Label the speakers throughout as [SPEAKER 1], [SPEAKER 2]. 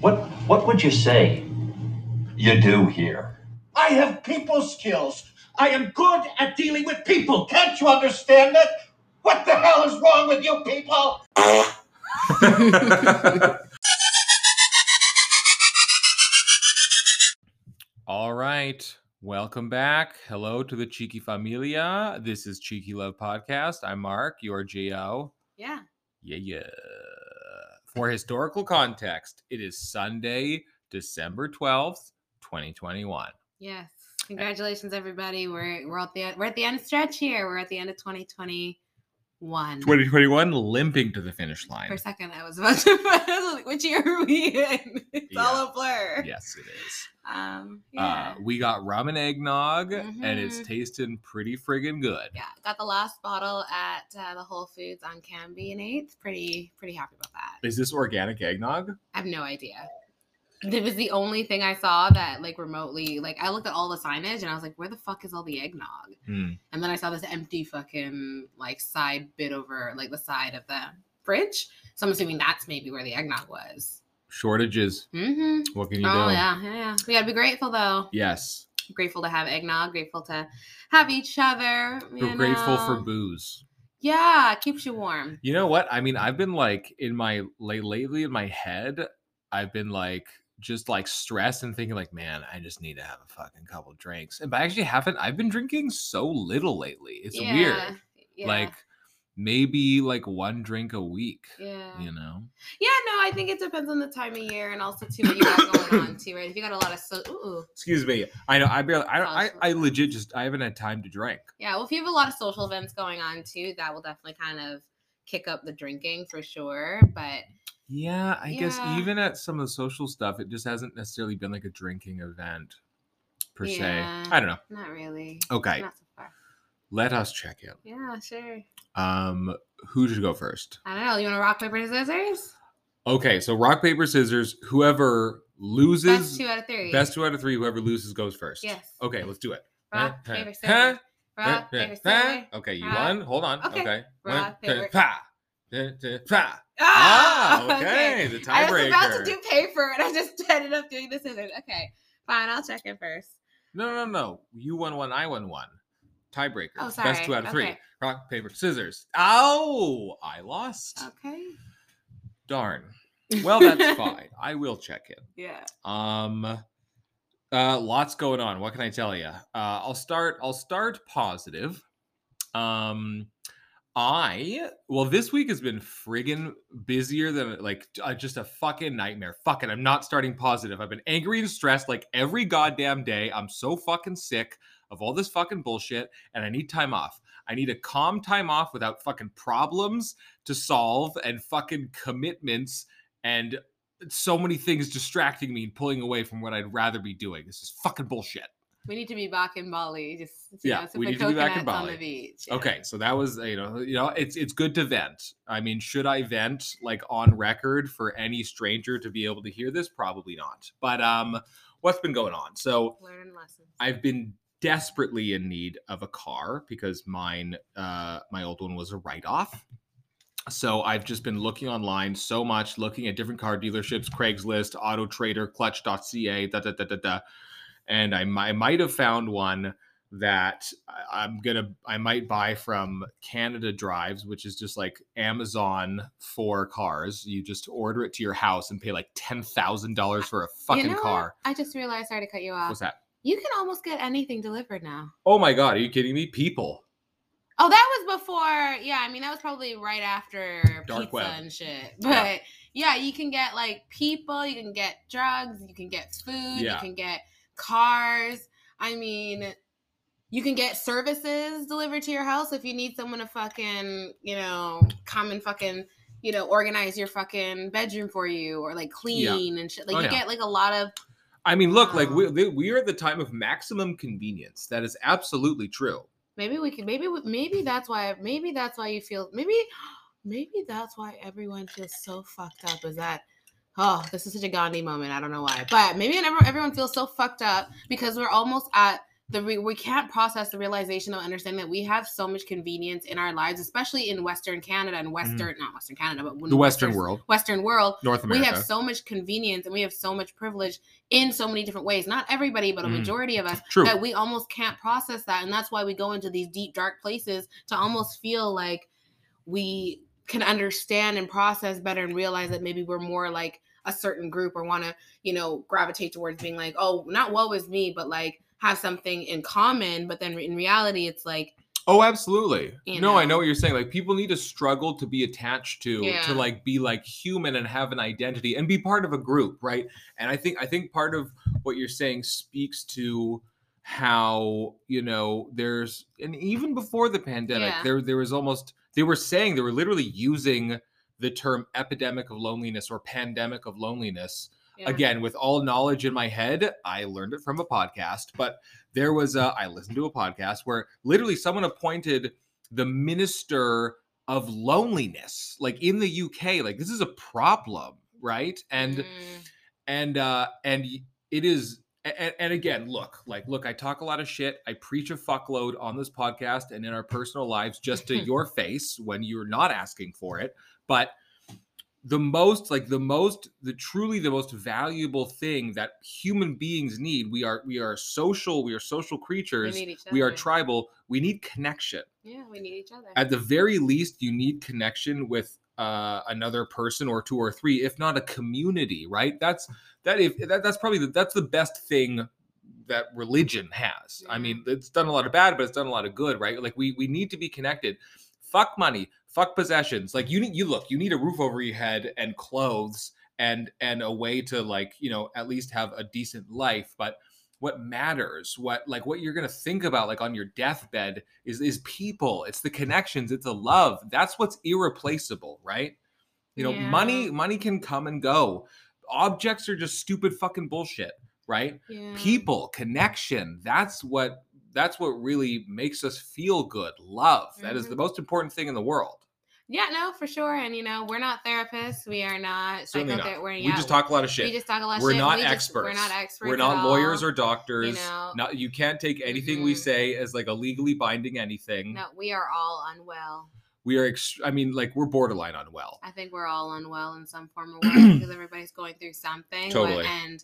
[SPEAKER 1] What what would you say you do here? I have people skills. I am good at dealing with people. Can't you understand that? What the hell is wrong with you people?
[SPEAKER 2] All right. Welcome back. Hello to the Cheeky Familia. This is Cheeky Love Podcast. I'm Mark, your GO.
[SPEAKER 3] Yeah.
[SPEAKER 2] Yeah, yeah. For historical context, it is Sunday, December 12th, 2021.
[SPEAKER 3] Yes. Congratulations, everybody. We're we're at the we're at the end stretch here. We're at the end of 2021.
[SPEAKER 2] 2021 limping to the finish
[SPEAKER 3] For
[SPEAKER 2] line.
[SPEAKER 3] a second, I was about to. I was like, Which year are we in? It's all
[SPEAKER 2] Yeah.
[SPEAKER 3] a blur.
[SPEAKER 2] Yes, it is.
[SPEAKER 3] Um. Yeah.
[SPEAKER 2] Uh, we got rum and eggnog, and it's
[SPEAKER 3] Mhm.
[SPEAKER 2] tasting pretty friggin' good.
[SPEAKER 3] yeah. Got the last bottle at uh, the Whole Foods on Canby and Eighth. Pretty pretty happy about that.
[SPEAKER 2] Is this organic eggnog?
[SPEAKER 3] I have no idea. It was the only thing I saw that like remotely like I looked at all the signage and I was like, where the fuck is all the eggnog?
[SPEAKER 2] Hmm.
[SPEAKER 3] And then I saw this empty fucking like side bit over like the side of the fridge. So I'm assuming that's maybe where the eggnog was.
[SPEAKER 2] Shortages.
[SPEAKER 3] Mm-hmm.
[SPEAKER 2] What can you
[SPEAKER 3] Oh
[SPEAKER 2] do?
[SPEAKER 3] yeah, yeah, yeah. We gotta be grateful though.
[SPEAKER 2] Yes.
[SPEAKER 3] Grateful to have eggnog. Grateful to have each other.
[SPEAKER 2] We're
[SPEAKER 3] you
[SPEAKER 2] grateful for
[SPEAKER 3] know.
[SPEAKER 2] booze.
[SPEAKER 3] Yeah, it keeps you warm.
[SPEAKER 2] You know what? I mean, I've been like in my late lately in my head, I've been like just like stressed and thinking like, man, I just need to have a fucking couple drinks. And but I actually haven't. I've been drinking so little lately. It's
[SPEAKER 3] yeah.
[SPEAKER 2] weird.
[SPEAKER 3] Yeah.
[SPEAKER 2] Like maybe like one drink a week.
[SPEAKER 3] yeah.
[SPEAKER 2] You know?
[SPEAKER 3] Yeah, no, I think it depends on the time of year and also too what you got going on too, right? If you got a lot of so ooh.
[SPEAKER 2] Excuse me. I know. I barely. I I,
[SPEAKER 3] Sounds
[SPEAKER 2] I legit just. I haven't had time to drink.
[SPEAKER 3] Yeah, well, if you have a lot of social events going on too, that will definitely kind of kick up the drinking for sure. But
[SPEAKER 2] Yeah, I guess
[SPEAKER 3] Yeah.
[SPEAKER 2] even at some of the social stuff, it just hasn't necessarily been like a drinking event per
[SPEAKER 3] Yeah.
[SPEAKER 2] se. I don't know.
[SPEAKER 3] not really.
[SPEAKER 2] Okay,
[SPEAKER 3] Not so far.
[SPEAKER 2] let us check in.
[SPEAKER 3] Yeah, sure.
[SPEAKER 2] Um, who should go first?
[SPEAKER 3] I don't know. You want to rock, paper, scissors?
[SPEAKER 2] Okay, so rock paper scissors. Whoever
[SPEAKER 3] Best
[SPEAKER 2] loses,
[SPEAKER 3] two out of three.
[SPEAKER 2] best two out of three. Whoever loses goes first.
[SPEAKER 3] Yes.
[SPEAKER 2] Okay, let's do it.
[SPEAKER 3] rock,
[SPEAKER 2] Huh?
[SPEAKER 3] paper,
[SPEAKER 2] Huh?
[SPEAKER 3] scissors.
[SPEAKER 2] Huh?
[SPEAKER 3] Rock, paper,
[SPEAKER 2] Huh?
[SPEAKER 3] scissors.
[SPEAKER 2] Okay, you
[SPEAKER 3] Rock.
[SPEAKER 2] won. Hold on.
[SPEAKER 3] Okay.
[SPEAKER 2] Okay.
[SPEAKER 3] Rock,
[SPEAKER 2] One, two,
[SPEAKER 3] paper.
[SPEAKER 2] pa. Da, da, pa.
[SPEAKER 3] Ah,
[SPEAKER 2] Ah, okay. The
[SPEAKER 3] I was about to
[SPEAKER 2] tiebreaker.
[SPEAKER 3] do paper, and I just ended up doing the scissors. Okay, fine. I'll check it first.
[SPEAKER 2] No, no, no. You won one. I won one. Tiebreaker.
[SPEAKER 3] Oh,
[SPEAKER 2] Best two
[SPEAKER 3] sorry.
[SPEAKER 2] out of three.
[SPEAKER 3] Okay.
[SPEAKER 2] Rock, paper, scissors. Ow! I lost.
[SPEAKER 3] Okay.
[SPEAKER 2] Darn. Well, that's fine. I will check in.
[SPEAKER 3] yeah.
[SPEAKER 2] Um, uh, lots going on. What can I tell you? Uh, I'll start. I'll start positive. Um, I well, this week has been friggin' busier than like uh, just a fucking nightmare. Fuck it, I'm not starting positive. I've been angry and stressed like every goddamn day. I'm so fucking sick of all this fucking bullshit, and I need time off. I need a calm time off without fucking problems to solve and fucking commitments and so many things distracting me and pulling away from what I'd rather be doing. This is fucking bullshit.
[SPEAKER 3] We need to be back in Bali. Just you
[SPEAKER 2] Yeah,
[SPEAKER 3] know,
[SPEAKER 2] we
[SPEAKER 3] we
[SPEAKER 2] need to be back in
[SPEAKER 3] on
[SPEAKER 2] Bali.
[SPEAKER 3] the beach. yeah.
[SPEAKER 2] Okay, so that was you know you know it's it's good to vent. I mean, should I vent like on record for any stranger to be able to hear this? Probably not. But um, what's been going on? So
[SPEAKER 3] Learn lessons.
[SPEAKER 2] I've been desperately in need of a car because mine, uh, my old one was a write off. So I've just been looking online so much, looking at different car dealerships, Craigslist, Auto Trader, Clutch.ca, da da da da da, and I, mi- I might have found one that I- I'm gonna I might buy from Canada Drives, which is just like Amazon for cars. You just order it to your house and pay like ten thousand dollars for a fucking
[SPEAKER 3] you know what?
[SPEAKER 2] car.
[SPEAKER 3] I just realized. Sorry to cut you off.
[SPEAKER 2] What's that?
[SPEAKER 3] You can almost get anything delivered now.
[SPEAKER 2] Oh my god, are you kidding me? People.
[SPEAKER 3] Oh, that was before. Yeah, I mean that was probably right after
[SPEAKER 2] Dark
[SPEAKER 3] pizza
[SPEAKER 2] web.
[SPEAKER 3] and shit. But
[SPEAKER 2] Yeah.
[SPEAKER 3] yeah. you can get like people, you can get drugs, you can get food,
[SPEAKER 2] Yeah.
[SPEAKER 3] you can get cars. I mean, you can get services delivered to your house if you need someone to fucking, you know, come and fucking, you know, organize your fucking bedroom for you or like clean and shit. Like
[SPEAKER 2] Oh,
[SPEAKER 3] you
[SPEAKER 2] yeah.
[SPEAKER 3] get like a lot of
[SPEAKER 2] I mean, look, like we,
[SPEAKER 3] Wow.
[SPEAKER 2] they- we are at the time of maximum convenience. That is absolutely true.
[SPEAKER 3] Maybe we could. Maybe we- maybe that's why. Maybe that's why you feel. Maybe maybe that's why everyone feels so fucked up. Is that? Oh, this is such a Gandhi moment. I don't know why, but maybe never, everyone feels so fucked up because we're almost at the re- we can't process the realization of understanding that we have so much convenience in our lives, especially in Western Canada and Western not Western Canada, but when
[SPEAKER 2] Mm-hmm. the Western
[SPEAKER 3] Western-
[SPEAKER 2] world,
[SPEAKER 3] Western world.
[SPEAKER 2] North
[SPEAKER 3] We
[SPEAKER 2] America.
[SPEAKER 3] have so much convenience and we have so much privilege in so many different ways. Not everybody, but a
[SPEAKER 2] Mm.
[SPEAKER 3] majority of us
[SPEAKER 2] True.
[SPEAKER 3] that we almost can't process that and that's why we go into these deep dark places to almost feel like we can understand and process better and realize that maybe we're more like a certain group or want to you know gravitate towards being like oh not woe is me but like have something in common but then in reality it's like
[SPEAKER 2] Oh, absolutely.
[SPEAKER 3] You
[SPEAKER 2] No, I know
[SPEAKER 3] know?
[SPEAKER 2] what you're saying. Like people need to struggle to be attached to,
[SPEAKER 3] Yeah.
[SPEAKER 2] to like be like human and have an identity and be part of a group, right? And I think I think part of what you're saying speaks to how, you know, there's and even before the pandemic,
[SPEAKER 3] Yeah.
[SPEAKER 2] there there was almost they were saying they were literally using the term epidemic of loneliness or pandemic of loneliness
[SPEAKER 3] yeah.
[SPEAKER 2] again with all knowledge in my head i learned it from a podcast but there was a i listened to a podcast where literally someone appointed the minister of loneliness like in the uk like this is a problem right and
[SPEAKER 3] Mm,
[SPEAKER 2] and uh and y- it is and, and again look like look i talk a lot of shit i preach a fuckload on this podcast and in our personal lives just to your face when you're not asking for it but the most like the most the truly the most valuable thing that human beings need we are we are social we are social
[SPEAKER 3] we
[SPEAKER 2] creatures
[SPEAKER 3] need each other
[SPEAKER 2] we are tribal we need connection
[SPEAKER 3] yeah we need each other
[SPEAKER 2] at the very least you need connection with uh, another person or two or three if not a community right that's that if that, that's probably the, that's the best thing that religion has i
[SPEAKER 3] Yeah.
[SPEAKER 2] mean it's done a lot of bad but it's done a lot of good right like we we need to be connected fuck money fuck possessions like you need you look you need a roof over your head and clothes and and a way to like you know at least have a decent life but what matters what like what you're gonna think about like on your deathbed is is people it's the connections it's the love that's what's irreplaceable right you know
[SPEAKER 3] Yeah.
[SPEAKER 2] money money can come and go objects are just stupid fucking bullshit right
[SPEAKER 3] yeah.
[SPEAKER 2] people connection that's what that's what really makes us feel good love That is the
[SPEAKER 3] Mm-hmm.
[SPEAKER 2] most important thing in the world
[SPEAKER 3] yeah no for sure and you know we're not therapists we are not
[SPEAKER 2] certainly not
[SPEAKER 3] psychother- we're-
[SPEAKER 2] we
[SPEAKER 3] yeah,
[SPEAKER 2] just talk a lot of shit
[SPEAKER 3] We just talk a lot.
[SPEAKER 2] We're
[SPEAKER 3] of shit.
[SPEAKER 2] not
[SPEAKER 3] We just-
[SPEAKER 2] experts.
[SPEAKER 3] we're not experts.
[SPEAKER 2] We're
[SPEAKER 3] at
[SPEAKER 2] not lawyers
[SPEAKER 3] all.
[SPEAKER 2] or doctors.
[SPEAKER 3] know.
[SPEAKER 2] Not you can't take anything we
[SPEAKER 3] Mhm.
[SPEAKER 2] say as like a legally binding anything.
[SPEAKER 3] No, we are all unwell.
[SPEAKER 2] We are. Ext- I mean, like we're borderline unwell.
[SPEAKER 3] I think we're all unwell in some form or way because everybody's going through something.
[SPEAKER 2] Totally.
[SPEAKER 3] And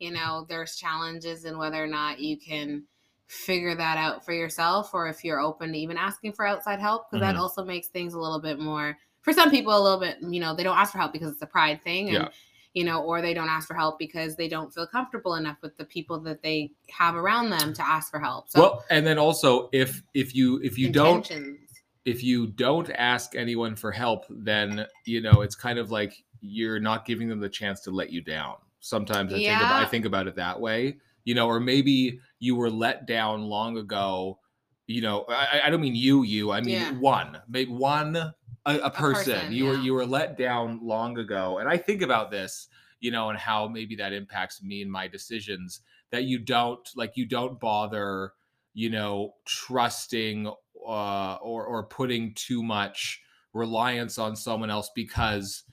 [SPEAKER 3] you know, there's challenges in whether or not you can figure that out for yourself, or if you're open to even asking for outside help, because
[SPEAKER 2] Mm-hmm.
[SPEAKER 3] that also makes things a little bit more. For some people, a little bit, you know, they don't ask for help because it's a pride thing, and
[SPEAKER 2] Yeah.
[SPEAKER 3] you know, or they don't ask for help because they don't feel comfortable enough with the people that they have around them to ask for help. So
[SPEAKER 2] well, and then also if if you if you don't
[SPEAKER 3] intentions.
[SPEAKER 2] if you don't ask anyone for help, then you know it's kind of like you're not giving them the chance to let you down. Sometimes I think about, I
[SPEAKER 3] Yeah.
[SPEAKER 2] think about it that way, you know, or maybe you were let down long ago. You know, I, I- I don't mean you, you. I mean
[SPEAKER 3] Yeah.
[SPEAKER 2] one, maybe one a, a person.
[SPEAKER 3] person,
[SPEAKER 2] you were
[SPEAKER 3] yeah.
[SPEAKER 2] you were let down long ago, and I think about this, you know, and how maybe that impacts me and my decisions. That you don't like, you don't bother you know trusting uh, or or putting too much reliance on someone else because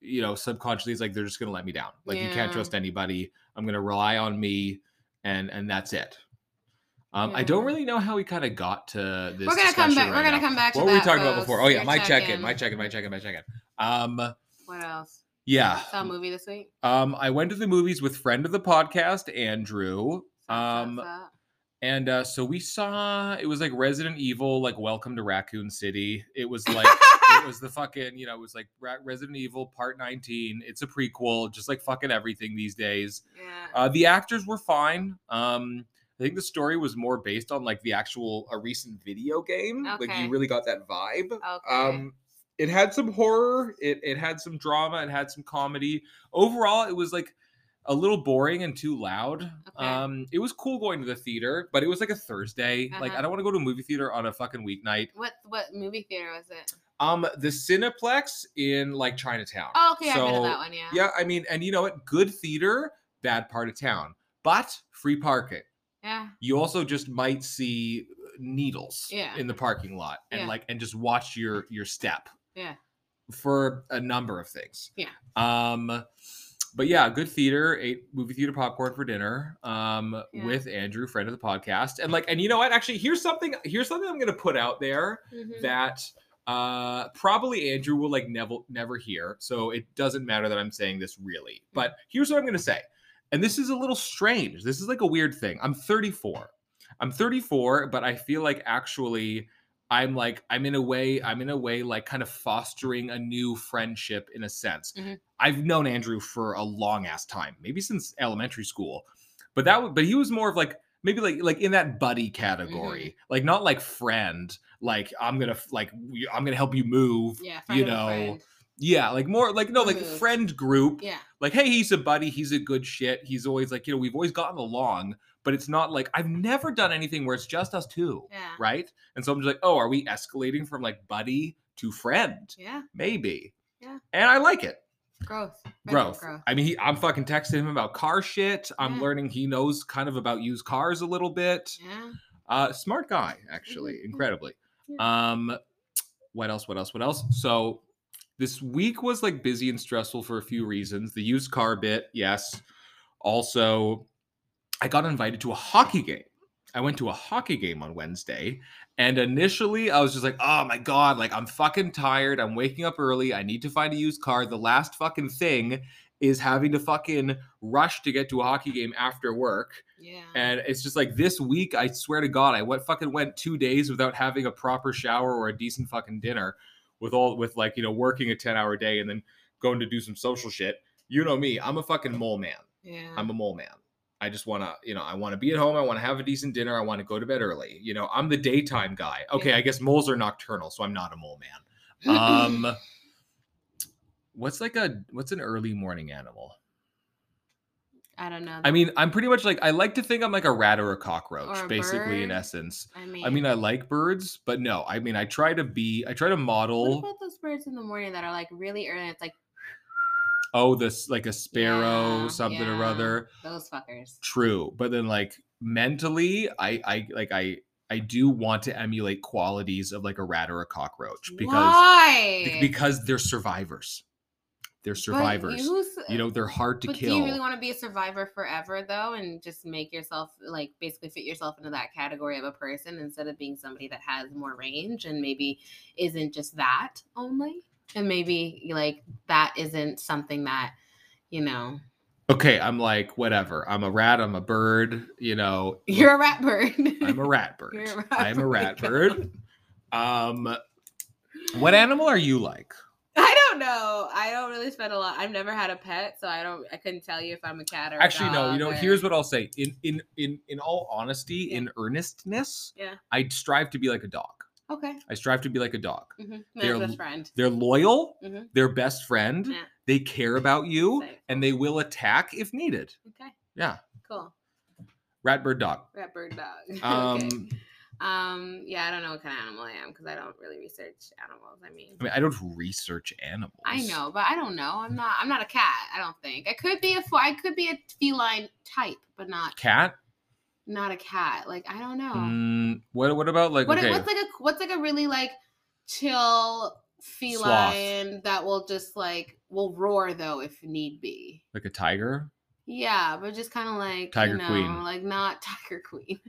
[SPEAKER 2] you know subconsciously it's like they're just going to let me down like you can't
[SPEAKER 3] Yeah.
[SPEAKER 2] trust anybody i'm going to rely on me and and that's it um, I don't
[SPEAKER 3] Yeah.
[SPEAKER 2] really know how we kind of got to this.
[SPEAKER 3] We're gonna come
[SPEAKER 2] discussion
[SPEAKER 3] back-
[SPEAKER 2] right
[SPEAKER 3] we're
[SPEAKER 2] now.
[SPEAKER 3] gonna come back to
[SPEAKER 2] What were we
[SPEAKER 3] that,
[SPEAKER 2] talking about
[SPEAKER 3] folks.
[SPEAKER 2] before? Oh yeah,
[SPEAKER 3] Your
[SPEAKER 2] my check in,
[SPEAKER 3] check-in.
[SPEAKER 2] my check in, my check in, my check in. Um,
[SPEAKER 3] What else?
[SPEAKER 2] yeah,
[SPEAKER 3] Saw a movie this week.
[SPEAKER 2] um, I went to the movies with friend of the podcast Andrew.
[SPEAKER 3] Saw- saw-
[SPEAKER 2] Um,
[SPEAKER 3] saw.
[SPEAKER 2] And uh, so we saw it was like Resident Evil, like Welcome to Raccoon City. It was like it was the fucking you know it was like Ra- Resident Evil Part 19. It's a prequel, just like fucking everything these days.
[SPEAKER 3] yeah.
[SPEAKER 2] Uh, the actors were fine. Um, I think the story was more based on like the actual a recent video game. Like
[SPEAKER 3] Okay.
[SPEAKER 2] you really got that vibe.
[SPEAKER 3] Okay.
[SPEAKER 2] Um, it had some horror. It it had some drama. It had some comedy. Overall, it was like a little boring and too loud.
[SPEAKER 3] Okay.
[SPEAKER 2] Um, it was cool going to the theater, but it was like a Thursday. Like
[SPEAKER 3] Uh-huh.
[SPEAKER 2] I don't want to go to a movie theater on a fucking weeknight.
[SPEAKER 3] what what movie theater was it?
[SPEAKER 2] Um, the Cineplex in like Chinatown.
[SPEAKER 3] Oh, okay, I've been to
[SPEAKER 2] So,
[SPEAKER 3] that one. Yeah.
[SPEAKER 2] Yeah, I mean, and you know what? Good theater, bad part of town, but free parking.
[SPEAKER 3] Yeah.
[SPEAKER 2] You also just might see needles
[SPEAKER 3] Yeah.
[SPEAKER 2] in the parking lot and
[SPEAKER 3] Yeah.
[SPEAKER 2] like and just watch your your step
[SPEAKER 3] Yeah.
[SPEAKER 2] for a number of things.
[SPEAKER 3] Yeah.
[SPEAKER 2] Um but yeah, good theater, ate movie theater popcorn for dinner um,
[SPEAKER 3] Yeah.
[SPEAKER 2] with Andrew, friend of the podcast, and like, and you know what? Actually, here's something. Here's something I'm gonna put out there
[SPEAKER 3] Mhm.
[SPEAKER 2] that uh probably Andrew will like never never hear. So it doesn't matter that I'm saying this really. But here's what I'm going to say. And this is a little strange. This is like a weird thing. I'm 34. I'm 34, but I feel like actually I'm like I'm in a way I'm in a way like kind of fostering a new friendship in a sense.
[SPEAKER 3] Mhm.
[SPEAKER 2] I've known Andrew for a long ass time, maybe since elementary school. But that w- but he was more of like maybe like like in that buddy category. Like not like friend, like I'm going to like we- I'm going to help you move.
[SPEAKER 3] yeah,
[SPEAKER 2] you
[SPEAKER 3] friend of a
[SPEAKER 2] know,
[SPEAKER 3] friend.
[SPEAKER 2] Yeah, like more like no like
[SPEAKER 3] Move.
[SPEAKER 2] friend group
[SPEAKER 3] yeah,
[SPEAKER 2] like, hey, he's a buddy, he's a good shit. He's always like, you know, we've always gotten along, but it's not like I've never done anything where it's just us two,
[SPEAKER 3] yeah,
[SPEAKER 2] right? And so I'm just like, oh, are we escalating from like buddy to friend?
[SPEAKER 3] yeah.
[SPEAKER 2] Maybe.
[SPEAKER 3] Yeah.
[SPEAKER 2] And I like it.
[SPEAKER 3] Growth, Friendship
[SPEAKER 2] Growth.
[SPEAKER 3] growth.
[SPEAKER 2] I mean, he, I'm fucking texting him about car shit. I'm
[SPEAKER 3] Yeah.
[SPEAKER 2] learning he knows kind of about used cars a little bit.
[SPEAKER 3] Yeah,
[SPEAKER 2] Uh, smart guy, actually,
[SPEAKER 3] Mhm.
[SPEAKER 2] incredibly.
[SPEAKER 3] Yeah.
[SPEAKER 2] Um, what else? What else? What else? So this week was like busy and stressful for a few reasons. The used car bit, yes. Also, I got invited to a hockey game. I went to a hockey game on Wednesday, and initially I was just like, "Oh my god, like I'm fucking tired. I'm waking up early. I need to find a used car. The last fucking thing is having to fucking rush to get to a hockey game after work."
[SPEAKER 3] yeah.
[SPEAKER 2] And it's just like this week, I swear to God, I went fucking went two days without having a proper shower or a decent fucking dinner with all with like, you know, working a 10 hour day and then going to do some social shit. You know me, I'm a fucking mole man.
[SPEAKER 3] yeah.
[SPEAKER 2] I'm a mole man. I just want to, you know, I want to be at home. I want to have a decent dinner. I want to go to bed early. You know, I'm the daytime guy. Okay,
[SPEAKER 3] Yeah.
[SPEAKER 2] I guess moles are nocturnal, so I'm not a mole man. Um, what's like a what's an early morning animal?
[SPEAKER 3] I don't know.
[SPEAKER 2] I mean, I'm pretty much like I like to think I'm like a rat or a cockroach,
[SPEAKER 3] Or a
[SPEAKER 2] basically in
[SPEAKER 3] bird.
[SPEAKER 2] essence.
[SPEAKER 3] I mean,
[SPEAKER 2] I mean, I like birds, but no, I mean, I try to be, I try to
[SPEAKER 3] what
[SPEAKER 2] model.
[SPEAKER 3] about those birds in the morning that are like really early? It's like
[SPEAKER 2] Oh, this like a sparrow,
[SPEAKER 3] Yeah,
[SPEAKER 2] something or
[SPEAKER 3] yeah.
[SPEAKER 2] other.
[SPEAKER 3] those fuckers.
[SPEAKER 2] True, but then like mentally, I, I like I, I do want to emulate qualities of like a rat or a cockroach because
[SPEAKER 3] Why?
[SPEAKER 2] be- because they're survivors. They're
[SPEAKER 3] But
[SPEAKER 2] survivors. You,
[SPEAKER 3] who's-
[SPEAKER 2] know, they're hard to
[SPEAKER 3] but
[SPEAKER 2] kill.
[SPEAKER 3] do you really want to be a survivor forever though, and just make yourself like basically fit yourself into that category of a person instead of being somebody that has more range and maybe isn't just that only, and maybe like that isn't something that you know
[SPEAKER 2] okay, I'm like whatever. I'm a rat. I'm a bird. You know,
[SPEAKER 3] you're a rat bird.
[SPEAKER 2] I'm a rat bird.
[SPEAKER 3] You're a rat
[SPEAKER 2] I'm a
[SPEAKER 3] bird.
[SPEAKER 2] rat bird. Um, what animal are you like?
[SPEAKER 3] I don't know. I don't really spend a lot. I've never had a pet, so I don't. I couldn't tell you if I'm a cat or a
[SPEAKER 2] Actually, no. You
[SPEAKER 3] dog
[SPEAKER 2] know,
[SPEAKER 3] or-
[SPEAKER 2] here's what I'll say. In in in in all honesty,
[SPEAKER 3] Yeah.
[SPEAKER 2] in earnestness,
[SPEAKER 3] Yeah.
[SPEAKER 2] I strive to be like a dog.
[SPEAKER 3] Okay.
[SPEAKER 2] I strive to be like a dog.
[SPEAKER 3] Mm-hmm.
[SPEAKER 2] They're-
[SPEAKER 3] My best friend.
[SPEAKER 2] They're loyal.
[SPEAKER 3] Mhm.
[SPEAKER 2] They're best friend.
[SPEAKER 3] Yeah.
[SPEAKER 2] They care about you,
[SPEAKER 3] Safe.
[SPEAKER 2] and they will attack if needed.
[SPEAKER 3] Okay.
[SPEAKER 2] Yeah,
[SPEAKER 3] Cool.
[SPEAKER 2] rat bird dog.
[SPEAKER 3] Rat bird dog.
[SPEAKER 2] Um,
[SPEAKER 3] okay. Um. Yeah, I don't know what kind of animal I am because I don't really research animals. I mean,
[SPEAKER 2] I mean, I don't research animals.
[SPEAKER 3] I know, but I don't know. I'm not. I'm not a cat. I don't think. I could be a. fe- I could be a feline type, but not
[SPEAKER 2] Cat.
[SPEAKER 3] not a cat. Like I don't know.
[SPEAKER 2] Mm, what what about like
[SPEAKER 3] Oh. What
[SPEAKER 2] okay?
[SPEAKER 3] what's like a what's like a really like chill feline that will just like will roar though if need be.
[SPEAKER 2] like a tiger?
[SPEAKER 3] Yeah, but just kind of like
[SPEAKER 2] Tiger
[SPEAKER 3] you know,
[SPEAKER 2] queen.
[SPEAKER 3] like not tiger queen.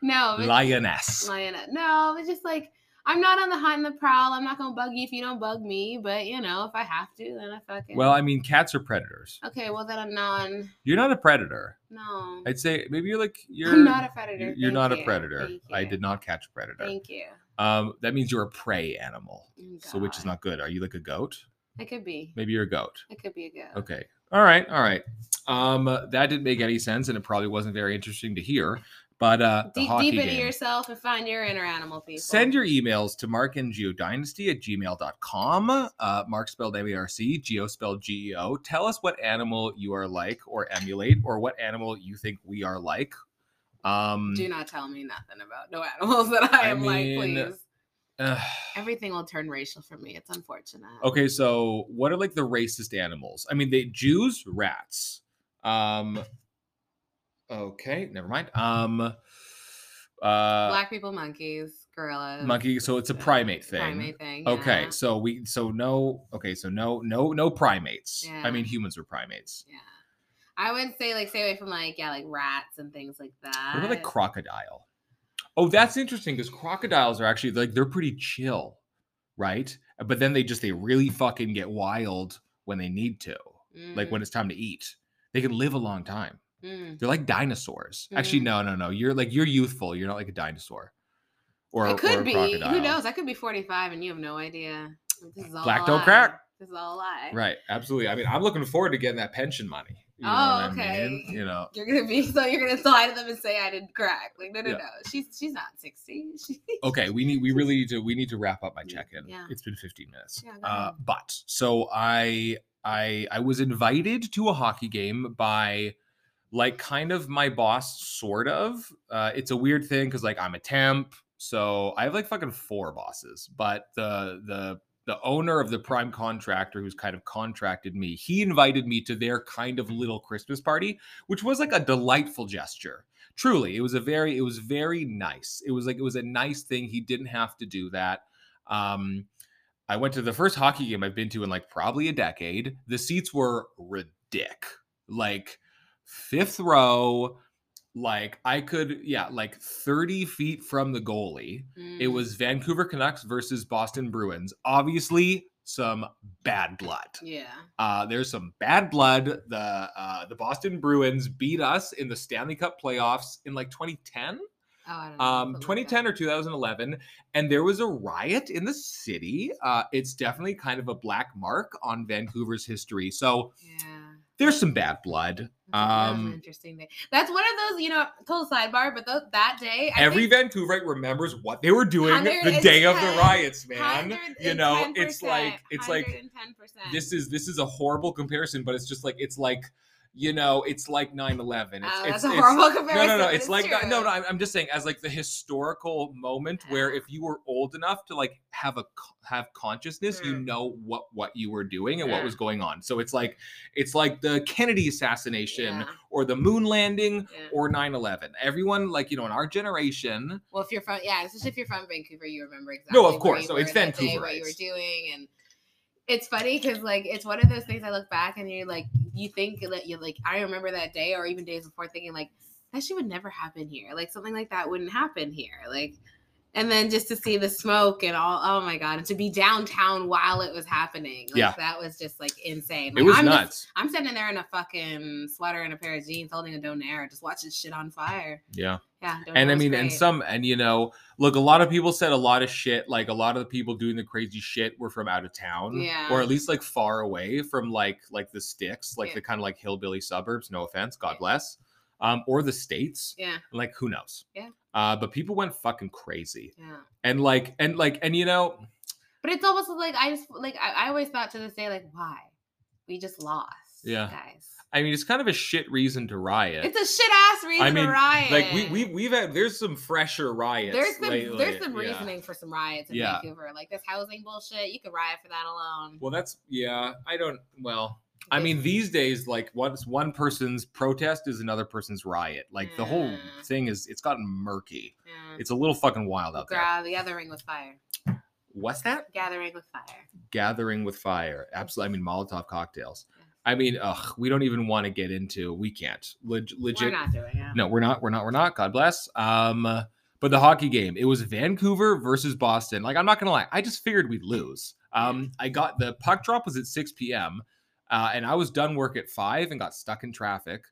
[SPEAKER 3] no, but
[SPEAKER 2] Lioness.
[SPEAKER 3] lioness. No, it's just like I'm not on the hunt and the prowl. I'm not gonna bug you if you don't bug me. But you know, if I have to, then I fucking
[SPEAKER 2] Well, I mean, cats are predators.
[SPEAKER 3] okay. Well, then I'm non.
[SPEAKER 2] You're not a predator.
[SPEAKER 3] No,
[SPEAKER 2] I'd say maybe you're like you're
[SPEAKER 3] I'm not a predator.
[SPEAKER 2] you're, you're
[SPEAKER 3] Thank
[SPEAKER 2] not a
[SPEAKER 3] you.
[SPEAKER 2] predator.
[SPEAKER 3] Thank
[SPEAKER 2] I
[SPEAKER 3] you.
[SPEAKER 2] did not catch a predator.
[SPEAKER 3] Thank you.
[SPEAKER 2] Um, that means you're a prey animal,
[SPEAKER 3] Oh,
[SPEAKER 2] so which is
[SPEAKER 3] God.
[SPEAKER 2] not good. Are you like a goat?
[SPEAKER 3] I could be.
[SPEAKER 2] Maybe you're a goat.
[SPEAKER 3] I could be a goat.
[SPEAKER 2] Okay. All right. All right. Um, that didn't make any sense, and it probably wasn't very interesting to hear. But uh, the
[SPEAKER 3] deep,
[SPEAKER 2] hockey
[SPEAKER 3] deep into
[SPEAKER 2] game.
[SPEAKER 3] yourself and find your inner animal people.
[SPEAKER 2] Send your emails to markandgeodynasty at gmail.com. Uh, Mark spelled M A R C, Geo spelled G E O. Tell us what animal you are like or emulate, or what animal you think we are like. Um,
[SPEAKER 3] Do not tell me nothing about no animals that I,
[SPEAKER 2] I
[SPEAKER 3] am
[SPEAKER 2] mean- uh,
[SPEAKER 3] like, please.
[SPEAKER 2] ugh.
[SPEAKER 3] Everything will turn racial for me. It's unfortunate.
[SPEAKER 2] okay, so what are like the racist animals? I mean, they Jews, rats. Um, okay, never mind. Um, uh,
[SPEAKER 3] Black people monkeys. gorillas.
[SPEAKER 2] Monkey. So uh, it's a primate thing.
[SPEAKER 3] uh, Primate thing.
[SPEAKER 2] Okay,
[SPEAKER 3] yeah.
[SPEAKER 2] so we so no okay, so no no no primates. I
[SPEAKER 3] Yeah.
[SPEAKER 2] mean humans are primates.
[SPEAKER 3] Yeah. I would say like stay away from like yeah like rats and things like that.
[SPEAKER 2] What about like crocodile? Oh, that's interesting because crocodiles are actually like they're pretty chill, right? But then they just they really fucking get wild when they need to. Like when it's time to eat. They can live a long time.
[SPEAKER 3] Mm, mm.
[SPEAKER 2] They're like dinosaurs. Actually,
[SPEAKER 3] Mhm.
[SPEAKER 2] no, no, no. You're like you're youthful. You're not like a dinosaur. Or,
[SPEAKER 3] I
[SPEAKER 2] or a
[SPEAKER 3] could be.
[SPEAKER 2] crocodile.
[SPEAKER 3] Who knows? I could be 45 and you have no idea. This is all
[SPEAKER 2] Black
[SPEAKER 3] a
[SPEAKER 2] don't
[SPEAKER 3] lie.
[SPEAKER 2] crack.
[SPEAKER 3] This is all a lie.
[SPEAKER 2] Right, absolutely. I mean, I'm looking forward to getting that pension money. You know
[SPEAKER 3] Oh,
[SPEAKER 2] what I mean?
[SPEAKER 3] okay.
[SPEAKER 2] You know,
[SPEAKER 3] You're gonna be so you're gonna lie to them and say I didn't crack. Like no no
[SPEAKER 2] Yeah. Oh,
[SPEAKER 3] no. She's she's not 60. She,
[SPEAKER 2] okay we need we really need to we need to wrap up my check-in
[SPEAKER 3] Yeah.
[SPEAKER 2] it's been 15 minutes
[SPEAKER 3] Yeah, go
[SPEAKER 2] uh,
[SPEAKER 3] ahead.
[SPEAKER 2] but so i i i was invited to a hockey game by like kind of my boss sort of uh, it's a weird thing because like i'm a temp so i have like fucking four bosses but the the the owner of the prime contractor who's kind of contracted me he invited me to their kind of little christmas party which was like a delightful gesture truly it was a very it was very nice it was like it was a nice thing he didn't have to do that um i went to the first hockey game i've been to in like probably a decade the seats were ridic like fifth row like i could yeah like 30 feet from the goalie it
[SPEAKER 3] Mm.
[SPEAKER 2] was vancouver canucks versus boston bruins obviously some bad blood
[SPEAKER 3] Yeah.
[SPEAKER 2] uh, there's some bad blood. The uh, the Boston Bruins beat us in the Stanley Cup playoffs in like 2010,
[SPEAKER 3] Oh, I don't know.
[SPEAKER 2] um,
[SPEAKER 3] Something like
[SPEAKER 2] 2010
[SPEAKER 3] that.
[SPEAKER 2] or 2011, and there was a riot in the city. Uh, it's definitely kind of a black mark on Vancouver's history. So
[SPEAKER 3] Yeah.
[SPEAKER 2] there's some bad blood.
[SPEAKER 3] That was an
[SPEAKER 2] Um,
[SPEAKER 3] interesting day. That's one of those, you know, total sidebar, but th- that day, I
[SPEAKER 2] Every
[SPEAKER 3] think
[SPEAKER 2] Vancouverite remembers what they were doing the
[SPEAKER 3] 110,
[SPEAKER 2] day of the riots, man.
[SPEAKER 3] 110%,
[SPEAKER 2] You know, it's like it's like
[SPEAKER 3] 110%.
[SPEAKER 2] this is this is a horrible comparison, but it's just like it's like you know it's like 9/11. It's,
[SPEAKER 3] Oh,
[SPEAKER 2] it's,
[SPEAKER 3] that's a
[SPEAKER 2] it's-
[SPEAKER 3] horrible
[SPEAKER 2] no,
[SPEAKER 3] comparison.
[SPEAKER 2] no, no.
[SPEAKER 3] but
[SPEAKER 2] It's like that- no,
[SPEAKER 3] true.
[SPEAKER 2] no. I'm, I'm just saying, as like the historical moment where
[SPEAKER 3] Yeah.
[SPEAKER 2] if you were old enough to like have a co- have consciousness, you
[SPEAKER 3] Mm.
[SPEAKER 2] know what what you were doing and what
[SPEAKER 3] Yeah.
[SPEAKER 2] was going on. So it's like it's like the Kennedy assassination
[SPEAKER 3] Yeah,
[SPEAKER 2] or the moon landing
[SPEAKER 3] yeah.
[SPEAKER 2] or 9/11. Everyone like you know in our generation,
[SPEAKER 3] Well, if you're from, yeah, especially if you're from Vancouver, you remember exactly.
[SPEAKER 2] No, of
[SPEAKER 3] where
[SPEAKER 2] course.
[SPEAKER 3] you
[SPEAKER 2] No,
[SPEAKER 3] were
[SPEAKER 2] it's
[SPEAKER 3] that day, What you were
[SPEAKER 2] Vancouverites.
[SPEAKER 3] doing, and it's funny because like it's one of those things I look back and you're like, you think that you like, I remember that day or even days before thinking like that shit would never happen here, like something like that wouldn't happen here, like. And then just to see the smoke and all, oh my god! And to be downtown while it was happening, like,
[SPEAKER 2] Yeah.
[SPEAKER 3] that was just like insane.
[SPEAKER 2] it
[SPEAKER 3] Like,
[SPEAKER 2] was
[SPEAKER 3] I'm just-
[SPEAKER 2] nuts.
[SPEAKER 3] I'm sitting there in a fucking sweater and a pair of jeans, holding a donair, just watching shit on fire.
[SPEAKER 2] Yeah.
[SPEAKER 3] Yeah, donair
[SPEAKER 2] and I
[SPEAKER 3] was
[SPEAKER 2] mean, and
[SPEAKER 3] great.
[SPEAKER 2] some, and you know, look, a lot of people said a lot of shit. Like a lot of the people doing the crazy shit were from out of town,
[SPEAKER 3] Yeah.
[SPEAKER 2] or at least like far away from like like the sticks, like
[SPEAKER 3] Yeah.
[SPEAKER 2] the kind of like hillbilly suburbs. No offense, God
[SPEAKER 3] Yeah.
[SPEAKER 2] bless, um, or the states.
[SPEAKER 3] Yeah.
[SPEAKER 2] Like who knows?
[SPEAKER 3] Yeah.
[SPEAKER 2] Uh, but people went fucking crazy,
[SPEAKER 3] yeah.
[SPEAKER 2] and like, and like, and you know,
[SPEAKER 3] But it's almost like I just like I, I always thought to this day like why we just lost.
[SPEAKER 2] Yeah.
[SPEAKER 3] guys,
[SPEAKER 2] I mean, it's kind of a shit reason to riot.
[SPEAKER 3] it's a shit ass reason
[SPEAKER 2] mean,
[SPEAKER 3] to riot.
[SPEAKER 2] like we we we've had there's some fresher riots.
[SPEAKER 3] there's some
[SPEAKER 2] lately.
[SPEAKER 3] there's some
[SPEAKER 2] yeah.
[SPEAKER 3] reasoning for some riots in
[SPEAKER 2] Yeah.
[SPEAKER 3] Vancouver, like this housing bullshit. You could riot for that alone.
[SPEAKER 2] Well, that's yeah. I don't. Well, I
[SPEAKER 3] They-
[SPEAKER 2] mean, these days, like once one person's protest is another person's riot. Like the whole
[SPEAKER 3] Yeah.
[SPEAKER 2] thing is, it's gotten murky.
[SPEAKER 3] yeah.
[SPEAKER 2] It's a little fucking wild out there.
[SPEAKER 3] Mm. Gra- the gathering with fire.
[SPEAKER 2] What's that?
[SPEAKER 3] Gathering with fire.
[SPEAKER 2] Gathering with fire. Absolutely. I mean, Molotov cocktails.
[SPEAKER 3] Yeah.
[SPEAKER 2] I mean, ugh, we don't even want to get into. We can't. Leg- legit.
[SPEAKER 3] We're not doing it.
[SPEAKER 2] No, we're not. We're not. We're not. God bless. Um, uh, but the hockey game, it was Vancouver versus Boston. Like, I'm not gonna lie, I just figured we'd lose. Um, I got the puck drop was at 6 p.m. Uh, and I was done work at five and got stuck in traffic.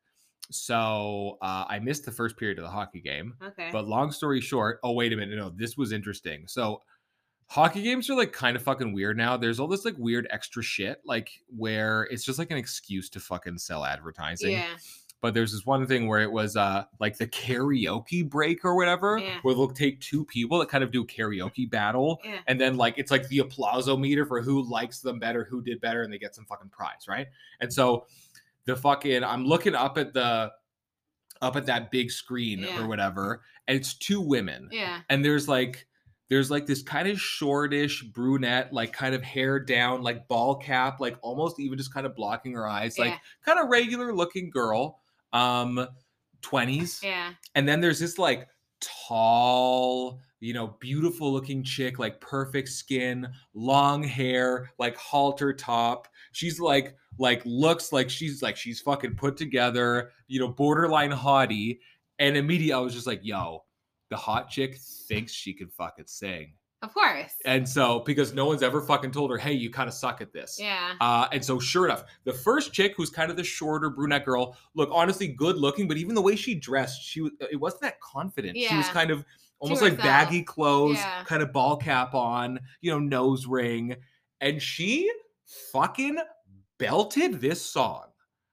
[SPEAKER 2] So uh, I missed the first period of the hockey game.
[SPEAKER 3] Okay.
[SPEAKER 2] But long story short, oh wait a minute, no, this was interesting. So hockey games are like kind of fucking weird now. There's all this like weird extra shit, like where it's just like an excuse to fucking sell advertising
[SPEAKER 3] yeah.
[SPEAKER 2] but there's this one thing where it was uh like the karaoke break or whatever
[SPEAKER 3] Yeah.
[SPEAKER 2] where they'll take two people that kind of do a karaoke battle
[SPEAKER 3] Yeah.
[SPEAKER 2] and then like it's like the applauso meter for who likes them better who did better and they get some fucking prize right and so the fucking i'm looking up at the up at that big screen
[SPEAKER 3] Yeah.
[SPEAKER 2] or whatever and it's two women
[SPEAKER 3] Yeah.
[SPEAKER 2] and there's like there's like this kind of shortish brunette like kind of hair down like ball cap like almost even just kind of blocking her eyes like
[SPEAKER 3] Yeah.
[SPEAKER 2] kind of regular looking girl um 20s
[SPEAKER 3] Yeah.
[SPEAKER 2] and then there's this like tall you know, beautiful looking chick, like perfect skin, long hair, like halter top. She's like, like looks like she's like she's fucking put together, you know, borderline hottie. And immediately I was just like, yo, the hot chick thinks she can fucking sing.
[SPEAKER 3] Of course.
[SPEAKER 2] And so because no one's ever fucking told her, hey, you kind of suck at this.
[SPEAKER 3] Yeah.
[SPEAKER 2] Uh, and so, sure enough, the first chick, who's kind of the shorter brunette girl, look honestly good looking, but even the way she dressed, she was it wasn't that confident. She was
[SPEAKER 3] Yeah.
[SPEAKER 2] kind of almost like
[SPEAKER 3] herself.
[SPEAKER 2] baggy clothes,
[SPEAKER 3] Yeah.
[SPEAKER 2] kind of ball cap on, you know, nose ring, and she fucking belted this song.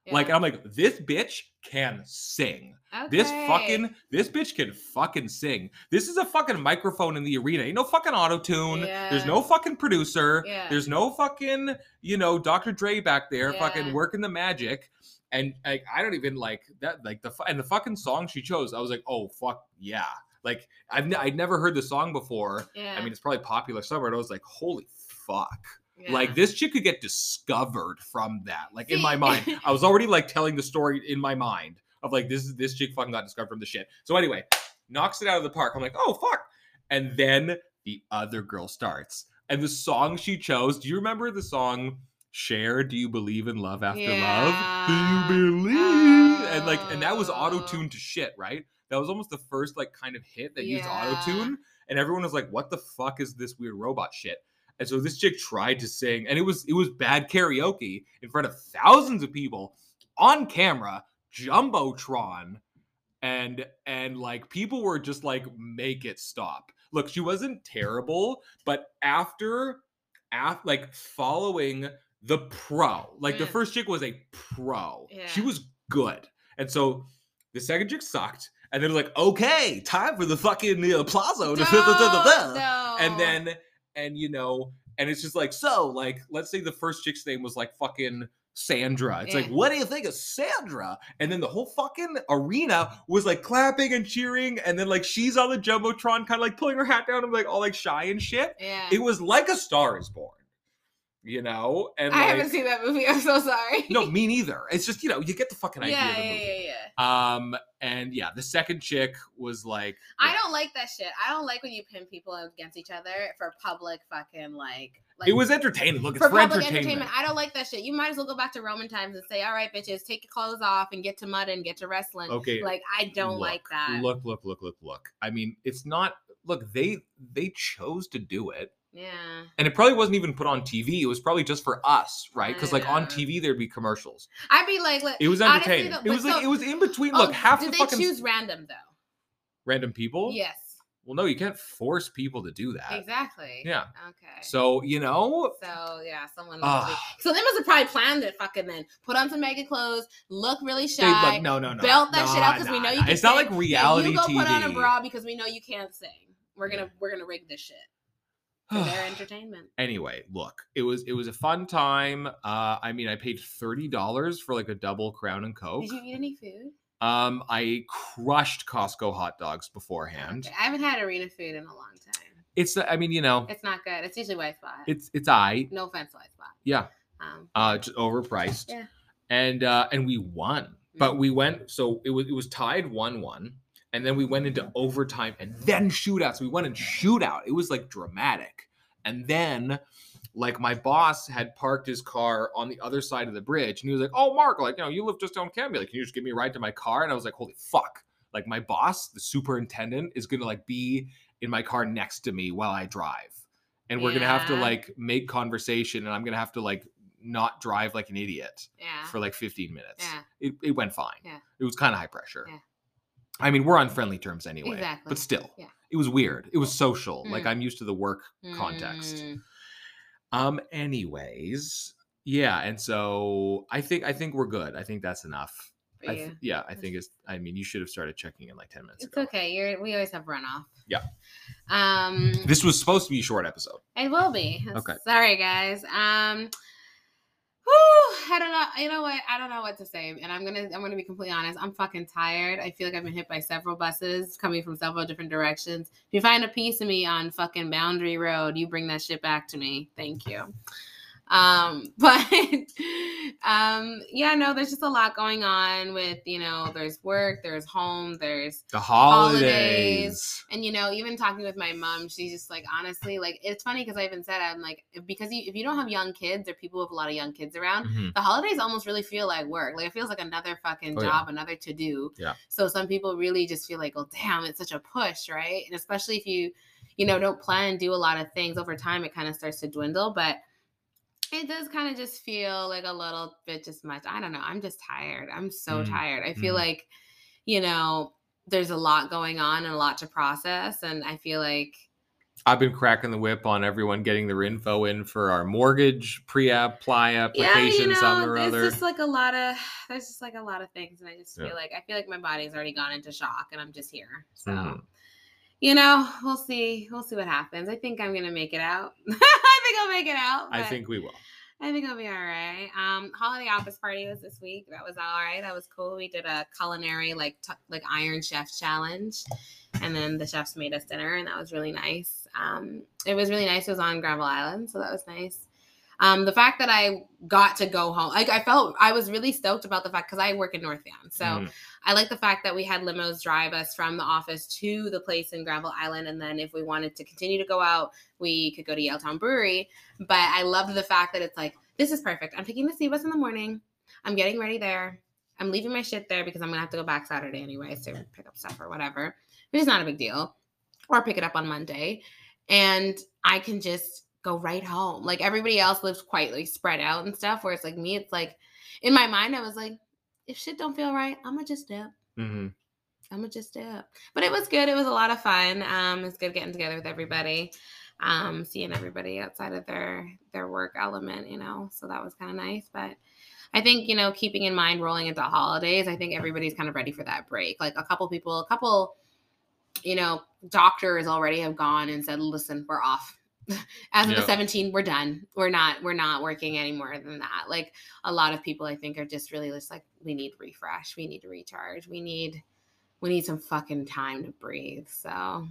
[SPEAKER 3] yeah.
[SPEAKER 2] Like I'm like, this bitch can sing. This
[SPEAKER 3] Okay.
[SPEAKER 2] fucking this bitch can fucking sing. This is a fucking microphone in the arena. Ain't no fucking auto tune. There's
[SPEAKER 3] Yeah.
[SPEAKER 2] no fucking producer.
[SPEAKER 3] Yeah.
[SPEAKER 2] There's no fucking you know Dr. Dre back there fucking
[SPEAKER 3] Yeah.
[SPEAKER 2] working the magic. And like I don't even like that like the fu- and the fucking song she chose. I was like, oh fuck yeah. Like I've n- I'd never heard the song before.
[SPEAKER 3] Yeah.
[SPEAKER 2] I mean, it's probably popular somewhere. And I was like, holy fuck.
[SPEAKER 3] yeah.
[SPEAKER 2] Like this chick could get discovered from that. Like in my
[SPEAKER 3] See?
[SPEAKER 2] mind, I was already like telling the story in my mind of like this is this chick fucking got discovered from the shit. So anyway, knocks it out of the park. I'm like, oh fuck. And then the other girl starts, and the song she chose. Do you remember the song? Share, do you believe in love after love? Do
[SPEAKER 3] Yeah.
[SPEAKER 2] you believe? And like, and that was
[SPEAKER 3] Oh.
[SPEAKER 2] auto tuned to shit, right? That was almost the first like kind of hit that used
[SPEAKER 3] Yeah.
[SPEAKER 2] auto tune, and everyone was like, "What the fuck is this weird robot shit?" And so this chick tried to sing, and it was it was bad karaoke in front of thousands of people on camera, jumbotron, and and like people were just like, make it stop. Look, she wasn't terrible, but after, after like following the pro, like the
[SPEAKER 3] Mm.
[SPEAKER 2] first chick was a pro. She
[SPEAKER 3] Yeah.
[SPEAKER 2] was good, and so the second chick sucked. And they're like, okay, time for the fucking uh, plaza. to
[SPEAKER 3] No,
[SPEAKER 2] and
[SPEAKER 3] no.
[SPEAKER 2] then and you know and it's just like so like let's say the first chick's name was like fucking Sandra. It's like,
[SPEAKER 3] Yeah.
[SPEAKER 2] what do you think of Sandra? And then the whole fucking arena was like clapping and cheering. And then like she's on the jumbotron, kind of like pulling her hat down and like all like shy and shit.
[SPEAKER 3] Yeah.
[SPEAKER 2] It was like a Star Is Born, you know. And
[SPEAKER 3] I
[SPEAKER 2] like,
[SPEAKER 3] haven't seen that movie. I'm so sorry.
[SPEAKER 2] no, me neither. It's just you know you get the fucking
[SPEAKER 3] Yeah,
[SPEAKER 2] idea. of
[SPEAKER 3] yeah,
[SPEAKER 2] the movie.
[SPEAKER 3] yeah, yeah.
[SPEAKER 2] Um, and yeah, the second chick was like,
[SPEAKER 3] I
[SPEAKER 2] yeah.
[SPEAKER 3] don't like that shit. I don't like when you pin people against each other for public fucking like. like
[SPEAKER 2] it was entertaining. Look, it's
[SPEAKER 3] for,
[SPEAKER 2] for,
[SPEAKER 3] public
[SPEAKER 2] entertainment.
[SPEAKER 3] I don't like that shit. You might as well go back to Roman times and say, "All right, bitches, take your clothes off and get to mud and get to wrestling."
[SPEAKER 2] Okay,
[SPEAKER 3] Like I don't
[SPEAKER 2] Oh, Look,
[SPEAKER 3] like that.
[SPEAKER 2] look look look look look i mean it's not look they they chose to do it
[SPEAKER 3] Yeah.
[SPEAKER 2] and it probably wasn't even put on tv it was probably just for us right because like on
[SPEAKER 3] Yeah.
[SPEAKER 2] tv there'd be commercials
[SPEAKER 3] I'd be like, look,
[SPEAKER 2] it was
[SPEAKER 3] Mm. honestly,
[SPEAKER 2] entertaining
[SPEAKER 3] though-
[SPEAKER 2] it
[SPEAKER 3] but
[SPEAKER 2] was like
[SPEAKER 3] so-
[SPEAKER 2] it was in between look
[SPEAKER 3] oh,
[SPEAKER 2] half
[SPEAKER 3] did
[SPEAKER 2] the
[SPEAKER 3] they
[SPEAKER 2] fucking
[SPEAKER 3] choose random though?
[SPEAKER 2] random people
[SPEAKER 3] Yes,
[SPEAKER 2] well no you can't force people to do that
[SPEAKER 3] exactly.
[SPEAKER 2] yeah
[SPEAKER 3] Okay. So,
[SPEAKER 2] so you know
[SPEAKER 3] yeah, someone.
[SPEAKER 2] Ah.
[SPEAKER 3] must be- so they must have probably planned it. Fucking then, put on some mega clothes, look really shy.
[SPEAKER 2] they like no no no
[SPEAKER 3] belt that shit
[SPEAKER 2] nah,
[SPEAKER 3] out because we
[SPEAKER 2] nah,
[SPEAKER 3] know you
[SPEAKER 2] nah.
[SPEAKER 3] can
[SPEAKER 2] it's not
[SPEAKER 3] sing.
[SPEAKER 2] like reality
[SPEAKER 3] yeah, you go
[SPEAKER 2] tv
[SPEAKER 3] put on a bra because we know you can't sing. We're gonna we're gonna rig this shit for their entertainment.
[SPEAKER 2] anyway look it was it was a fun time uh i mean i paid $30 for like a double crown and coke
[SPEAKER 3] Did you eat any food?
[SPEAKER 2] Um, I crushed Costco hot dogs beforehand.
[SPEAKER 3] Okay, I haven't had arena food in a long time.
[SPEAKER 2] It's I mean, you know,
[SPEAKER 3] It's not good. It's usually white spot.
[SPEAKER 2] it's it's I
[SPEAKER 3] no offense, white spot.
[SPEAKER 2] Yeah.
[SPEAKER 3] Um,
[SPEAKER 2] uh just overpriced.
[SPEAKER 3] Yeah.
[SPEAKER 2] And uh and we won. But we went so it was it was tied 1-1 and then we went into overtime and then shootouts. We went in shootout. It was like dramatic. And then like my boss had parked his car on the other side of the bridge and he was like, "Oh, Mark, like, you know, you live just down Canby. Like, can you just give me a ride to my car?" And I was like, "Holy fuck." Like my boss, the superintendent is going to like be in my car next to me while I drive. And we're going to have to
[SPEAKER 3] Yeah.
[SPEAKER 2] like make conversation and I'm going to have to like not drive like an idiot
[SPEAKER 3] yeah.
[SPEAKER 2] for like 15 minutes.
[SPEAKER 3] Yeah.
[SPEAKER 2] It, it went fine.
[SPEAKER 3] Yeah.
[SPEAKER 2] It was kind of high pressure.
[SPEAKER 3] Yeah.
[SPEAKER 2] I mean, we're on friendly terms anyway.
[SPEAKER 3] Exactly.
[SPEAKER 2] But still,
[SPEAKER 3] Yeah.
[SPEAKER 2] it was weird. It was social. Like
[SPEAKER 3] Mm.
[SPEAKER 2] I'm used to the work context.
[SPEAKER 3] Mm,
[SPEAKER 2] Um. Anyways, yeah. And so I think I think we're good. I think that's enough.
[SPEAKER 3] for
[SPEAKER 2] I
[SPEAKER 3] you.
[SPEAKER 2] th- yeah. I think it's. I mean, you should have started checking in like 10 minutes
[SPEAKER 3] it's
[SPEAKER 2] ago.
[SPEAKER 3] okay. You're we always have runoff.
[SPEAKER 2] Yeah.
[SPEAKER 3] Um,
[SPEAKER 2] This was supposed to be a short episode.
[SPEAKER 3] it will be.
[SPEAKER 2] Okay.
[SPEAKER 3] Sorry, guys. Um. Whew, I don't know. You know what? I don't know what to say, and I'm gonna I'm gonna be completely honest. I'm fucking tired. I feel like I've been hit by several buses coming from several different directions. If you find a piece of me on fucking Boundary Road, you bring that shit back to me. Thank you. Um, but um, yeah, no, there's just a lot going on with, you know, there's work, there's home, there's
[SPEAKER 2] The holidays.
[SPEAKER 3] Holidays. and you know even talking with my mom she's just like honestly like it's funny because i even said i'm like if- because you, if you don't have young kids or people with a lot of young kids around
[SPEAKER 2] Mhm.
[SPEAKER 3] the holidays almost really feel like work like it feels like another fucking
[SPEAKER 2] Oh, yeah.
[SPEAKER 3] job another to do
[SPEAKER 2] Yeah.
[SPEAKER 3] so some people really just feel like oh damn it's such a push right and especially if you you know don't plan do a lot of things over time it kind of starts to dwindle but it does kind of just feel like a little bit just much. I don't know. I'm just tired. I'm so
[SPEAKER 2] Mm,
[SPEAKER 3] tired. I feel
[SPEAKER 2] mm.
[SPEAKER 3] like, you know, there's a lot going on and a lot to process. And I feel like,
[SPEAKER 2] I've been cracking the whip on everyone getting their info in for our mortgage pre-app, ply
[SPEAKER 3] yeah,
[SPEAKER 2] application,
[SPEAKER 3] you
[SPEAKER 2] some
[SPEAKER 3] know,
[SPEAKER 2] or
[SPEAKER 3] it's
[SPEAKER 2] other.
[SPEAKER 3] just like a lot of, there's just like a lot of things. And I just
[SPEAKER 2] Yeah.
[SPEAKER 3] feel like, I feel like my body's already gone into shock and I'm just here. So,
[SPEAKER 2] Mhm.
[SPEAKER 3] you know, we'll see. We'll see what happens. I think I'm going to make it out. I think I'll make it out.
[SPEAKER 2] I
[SPEAKER 3] but-
[SPEAKER 2] think we will.
[SPEAKER 3] I think it'll be all right. Um, holiday office party was this week. That was all right. That was cool. We did a culinary like t- like Iron Chef challenge, and then the chefs made us dinner, and that was really nice. Um, it was really nice. It was on Gravel Island, so that was nice. Um, the fact that I got to go home, like I felt I was really stoked about the fact because I work in North Van, so
[SPEAKER 2] Mhm.
[SPEAKER 3] I like the fact that we had limos drive us from the office to the place in Gravel Island. And then if we wanted to continue to go out, we could go to Yaletown Brewery. But I love the fact that it's like, this is perfect. I'm picking the sea bus in the morning. I'm getting ready there. I'm leaving my shit there because I'm going to have to go back Saturday anyway to pick up stuff or whatever, which is not a big deal. Or pick it up on Monday. And I can just go right home. Like everybody else lives quite like spread out and stuff. Where it's like me, it's like, in my mind, I was like, if shit don't feel right, I'ma just dip.
[SPEAKER 2] Mhm.
[SPEAKER 3] I'ma just dip. But it was good. It was a lot of fun. Um, it's good getting together with everybody, um, seeing everybody outside of their their work element, you know. So that was kind of nice. But I think you know, keeping in mind rolling into holidays, I think everybody's kind of ready for that break. Like a couple people, a couple, you know, doctors already have gone and said, "Listen, we're off." As of
[SPEAKER 2] Yeah.
[SPEAKER 3] the 17, we're done. We're not. We're not working any more than that. Like a lot of people, I think, are just really just like, we need refresh. We need to recharge. We need we need some fucking time to breathe. So,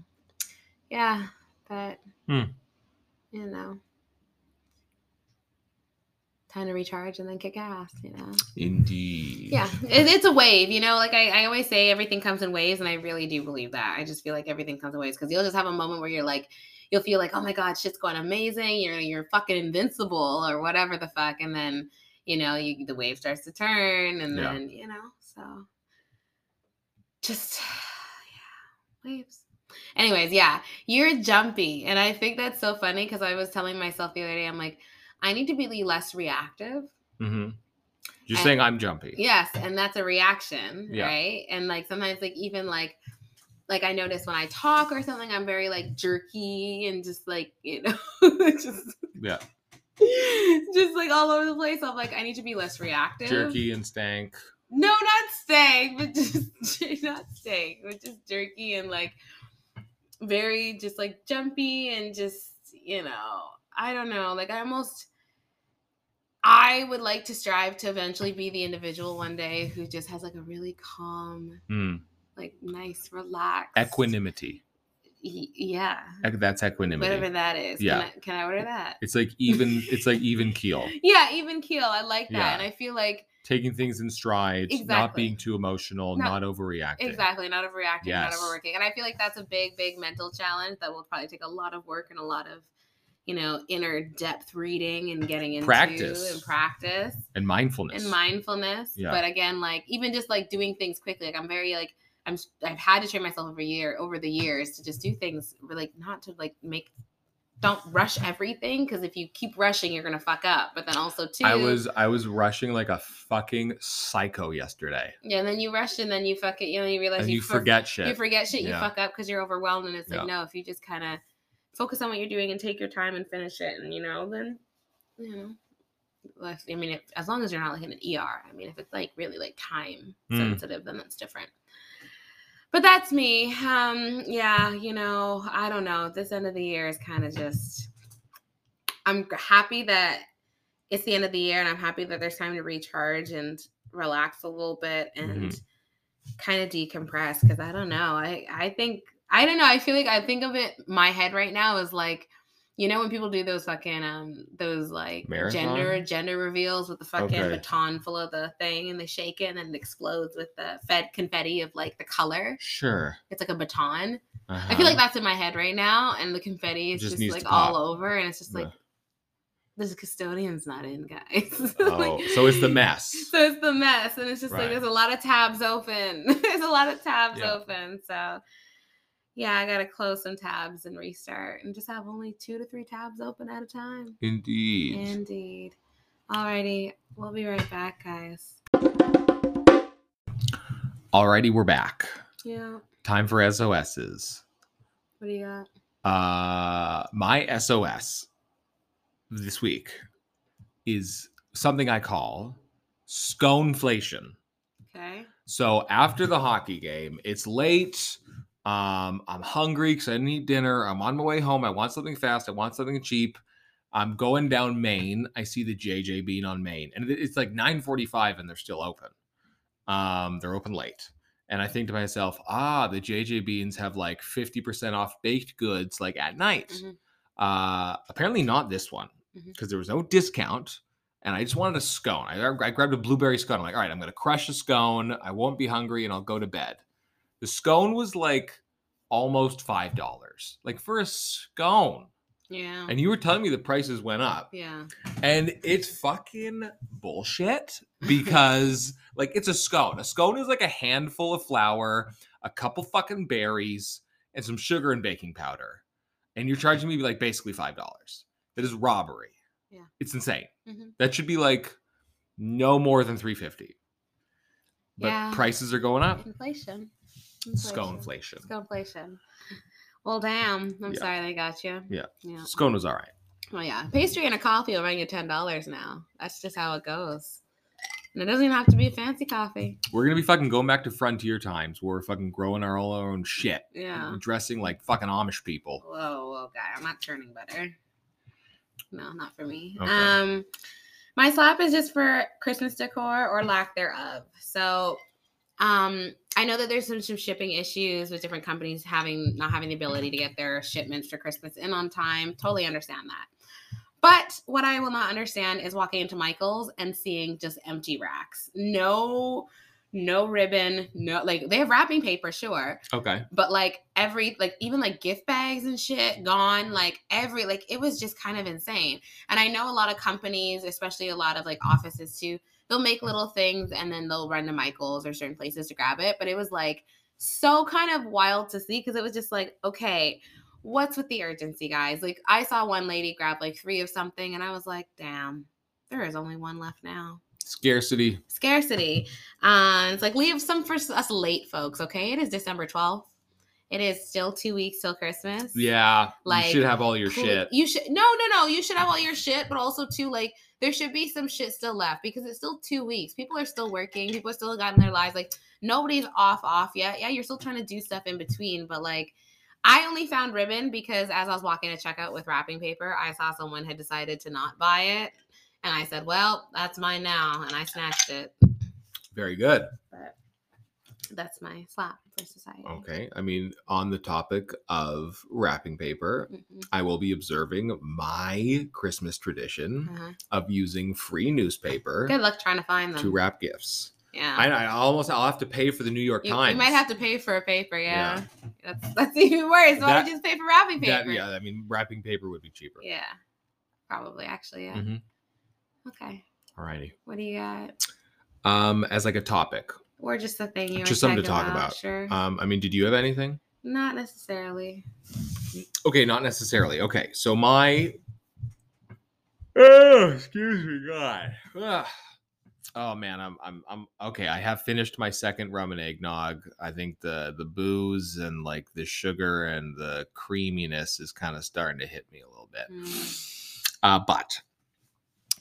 [SPEAKER 3] yeah, but
[SPEAKER 2] Hmm.
[SPEAKER 3] you know, time to recharge and then kick ass. You know,
[SPEAKER 2] Indeed.
[SPEAKER 3] yeah, it, it's a wave. You know, like I, I always say, everything comes in waves, and I really do believe that. I just feel like everything comes in waves because you'll just have a moment where you're like. You'll feel like, oh my god, shit's going amazing. You're you're fucking invincible or whatever the fuck, and then you know you the wave starts to turn, and
[SPEAKER 2] Yeah.
[SPEAKER 3] then you know so just yeah, waves. Anyways, yeah, you're jumpy. And I think that's so funny because I was telling myself the other day, I'm like, I need to be less reactive.
[SPEAKER 2] Mhm. You're
[SPEAKER 3] I-
[SPEAKER 2] saying I'm jumpy.
[SPEAKER 3] Yes. And that's a reaction.
[SPEAKER 2] Yeah.
[SPEAKER 3] Right. And like sometimes, like, even like, like I notice when I talk or something, I'm very like jerky and just like, you know, just,
[SPEAKER 2] Yeah.
[SPEAKER 3] just like all over the place. I'm like, I need to be less reactive.
[SPEAKER 2] Jerky and stank.
[SPEAKER 3] No, not stank, but just not stank, but just jerky and like very just like jumpy and just you know I don't know. Like I almost I would like to strive to eventually be the individual one day who just has like a really calm,
[SPEAKER 2] Mm.
[SPEAKER 3] like nice, relaxed
[SPEAKER 2] Equanimity.
[SPEAKER 3] y- yeah,
[SPEAKER 2] Ec- That's equanimity.
[SPEAKER 3] whatever that is.
[SPEAKER 2] Yeah.
[SPEAKER 3] Can I, can I order that?
[SPEAKER 2] It's like even. It's like even keel.
[SPEAKER 3] Yeah, even keel. I like that,
[SPEAKER 2] Yeah.
[SPEAKER 3] and I feel like
[SPEAKER 2] Taking things in stride. Not
[SPEAKER 3] Exactly.
[SPEAKER 2] being too emotional.
[SPEAKER 3] No.
[SPEAKER 2] Not overreacting.
[SPEAKER 3] Exactly, not overreacting,
[SPEAKER 2] Yes.
[SPEAKER 3] not overworking. And I feel like that's a big, big mental challenge that will probably take a lot of work and a lot of, you know, inner depth reading and getting into
[SPEAKER 2] Practice.
[SPEAKER 3] and practice
[SPEAKER 2] And mindfulness.
[SPEAKER 3] and mindfulness.
[SPEAKER 2] Yeah.
[SPEAKER 3] But again, like even just like doing things quickly, like I'm very like I'm s- I've had to train myself over year over the years to just do things re- like not to like make don't rush everything because if you keep rushing, you're gonna fuck up. But then also too,
[SPEAKER 2] I was I was rushing like a fucking psycho yesterday,
[SPEAKER 3] yeah. And then you rush and then you fuck it. You know, you realize
[SPEAKER 2] and you
[SPEAKER 3] fuck-
[SPEAKER 2] forget shit.
[SPEAKER 3] You forget shit, you
[SPEAKER 2] Yeah.
[SPEAKER 3] fuck up because you're overwhelmed, and it's
[SPEAKER 2] Yeah.
[SPEAKER 3] like, no, if you just kind of focus on what you're doing and take your time and finish it, and you know, then, you know, well, if- I mean, if, as long as you're not like in an ER, I mean, if it's like really like time
[SPEAKER 2] Mm.
[SPEAKER 3] sensitive, then that's different. But that's me. Um, yeah, you know, I don't know. This end of the year is kind of just. I'm g- happy that it's the end of the year, and I'm happy that there's time to recharge and relax a little bit and
[SPEAKER 2] Mm-hmm.
[SPEAKER 3] kind of decompress because I don't know. I I think I don't know. I feel like I think of it. My head right now is like, You know when people do those fucking um those like
[SPEAKER 2] Marathon?
[SPEAKER 3] gender gender reveals with the fucking
[SPEAKER 2] Okay.
[SPEAKER 3] baton full of the thing and they shake it and then it explodes with the fed confetti of like the color.
[SPEAKER 2] Sure.
[SPEAKER 3] It's like a baton. I
[SPEAKER 2] Uh-huh.
[SPEAKER 3] feel like that's in my head right now, and the confetti is
[SPEAKER 2] Just
[SPEAKER 3] just,
[SPEAKER 2] needs
[SPEAKER 3] like
[SPEAKER 2] to pop.
[SPEAKER 3] all over, and it's just like
[SPEAKER 2] Yeah.
[SPEAKER 3] there's a custodian's not in, guys.
[SPEAKER 2] Oh, so it's the mess.
[SPEAKER 3] So it's the mess, and it's just
[SPEAKER 2] Right.
[SPEAKER 3] like there's a lot of tabs open. there's a lot of tabs
[SPEAKER 2] Yeah.
[SPEAKER 3] open. So yeah, I gotta close some tabs and restart, and just have only two to three tabs open at a time.
[SPEAKER 2] Indeed.
[SPEAKER 3] Indeed. Alrighty, we'll be right back, guys.
[SPEAKER 2] Alrighty, we're back.
[SPEAKER 3] Yeah.
[SPEAKER 2] Time for SOSs.
[SPEAKER 3] What do you got?
[SPEAKER 2] Uh, my SOS this week is something I call sconeflation.
[SPEAKER 3] Okay.
[SPEAKER 2] So after the hockey game, it's late. Um, I'm hungry because I didn't eat dinner. I'm on my way home. I want something fast. I want something cheap. I'm going down Main. I see the JJ Bean on Main, and it- it's like 9:45, and they're still open. Um, they're open late, and I think to myself, ah, the JJ Beans have like 50% off baked goods, like at night.
[SPEAKER 3] Mhm.
[SPEAKER 2] Uh, apparently not this one
[SPEAKER 3] Mhm.
[SPEAKER 2] because there was no discount. And I just wanted a scone. I, I grabbed a blueberry scone. I'm like, all right, I'm going to crush a scone. I won't be hungry and I'll go to bed. The scone was like almost $5, like for a scone.
[SPEAKER 3] Yeah.
[SPEAKER 2] And you were telling me the prices went up.
[SPEAKER 3] yeah.
[SPEAKER 2] And it's fucking bullshit because, like, it's a scone. A scone is like a handful of flour, a couple fucking berries, and some sugar and baking powder. And you're charging me like basically $5. That is robbery.
[SPEAKER 3] Yeah.
[SPEAKER 2] It's insane.
[SPEAKER 3] Mhm.
[SPEAKER 2] That should be like no more than 350 But
[SPEAKER 3] Yeah.
[SPEAKER 2] prices are going up.
[SPEAKER 3] Inflation. Inflation.
[SPEAKER 2] Sconeflation.
[SPEAKER 3] Sconeflation. Well, damn. I'm
[SPEAKER 2] Yeah.
[SPEAKER 3] sorry they got you.
[SPEAKER 2] Yeah.
[SPEAKER 3] Yeah.
[SPEAKER 2] Scone was all right.
[SPEAKER 3] Well, yeah. Pastry and a coffee will run you ten dollars now. That's just how it goes. And it doesn't even have to be a fancy coffee.
[SPEAKER 2] We're going to be fucking going back to frontier times where we're fucking growing our all our own shit.
[SPEAKER 3] Yeah.
[SPEAKER 2] Dressing like fucking Amish people.
[SPEAKER 3] Whoa, whoa, guy. I'm not churning butter. No, not for me.
[SPEAKER 2] Okay.
[SPEAKER 3] Um, my slap is just for Christmas decor or lack thereof. So, um, I know that there's some, some shipping issues with different companies having not having the ability to get their shipments for Christmas in on time. Totally understand that. But what I will not understand is walking into Michael's and seeing just empty racks. No, no ribbon. No, like they have wrapping paper, sure,
[SPEAKER 2] Okay.
[SPEAKER 3] but like every like even like gift bags and shit gone like every like it was just kind of insane and i know a lot of companies especially a lot of like offices too they'll make little things and then they'll run to michael's or certain places to grab it but it was like so kind of wild to see because it was just like okay what's with the urgency guys like i saw one lady grab like three of something and i was like damn there is only one left now
[SPEAKER 2] Scarcity.
[SPEAKER 3] scarcity. Um, it's like leave some for us late folks. Okay, it is December twelfth. It is still two weeks till Christmas.
[SPEAKER 2] Yeah, you
[SPEAKER 3] Like,
[SPEAKER 2] should have all your
[SPEAKER 3] Cool.
[SPEAKER 2] shit.
[SPEAKER 3] You should no, no, no. You should have all your shit, but also too like there should be some shit still left because it's still two weeks. People are still working. People still got in their lives. Like nobody's off off yet. Yeah, you're still trying to do stuff in between, but like. I only found ribbon because as I was walking to checkout with wrapping paper, I saw someone had decided to not buy it. And I said, Well, that's mine now. And I snatched it.
[SPEAKER 2] Very good.
[SPEAKER 3] but that's my slap for society.
[SPEAKER 2] Okay. I mean, on the topic of wrapping paper,
[SPEAKER 3] Mhm.
[SPEAKER 2] I will be observing my Christmas tradition
[SPEAKER 3] Uh-huh.
[SPEAKER 2] of using free newspaper
[SPEAKER 3] Good luck trying to find them.
[SPEAKER 2] to wrap gifts.
[SPEAKER 3] yeah,
[SPEAKER 2] I, I almost I'll have to pay for the New York
[SPEAKER 3] you,
[SPEAKER 2] Times.
[SPEAKER 3] you might have to pay for a paper.
[SPEAKER 2] Yeah.
[SPEAKER 3] Yeah, that's that's even worse. Why
[SPEAKER 2] That-
[SPEAKER 3] don't you just pay for wrapping
[SPEAKER 2] That-
[SPEAKER 3] paper?
[SPEAKER 2] yeah, I mean, wrapping paper would be cheaper.
[SPEAKER 3] Yeah, probably actually. Yeah.
[SPEAKER 2] Mhm.
[SPEAKER 3] Okay.
[SPEAKER 2] Alrighty.
[SPEAKER 3] What do you got?
[SPEAKER 2] Um, as like a topic.
[SPEAKER 3] Or just the thing you were
[SPEAKER 2] Just something to
[SPEAKER 3] talking
[SPEAKER 2] talk about.
[SPEAKER 3] Sure.
[SPEAKER 2] Um, I mean, did you have anything?
[SPEAKER 3] Not necessarily.
[SPEAKER 2] Okay, not necessarily. Okay, so my. Oh, excuse me, God. Ugh. Oh man, I'm I'm I'm okay. I have finished my second rum and eggnog. I think the the booze and like the sugar and the creaminess is kind of starting to hit me a little bit. Uh, but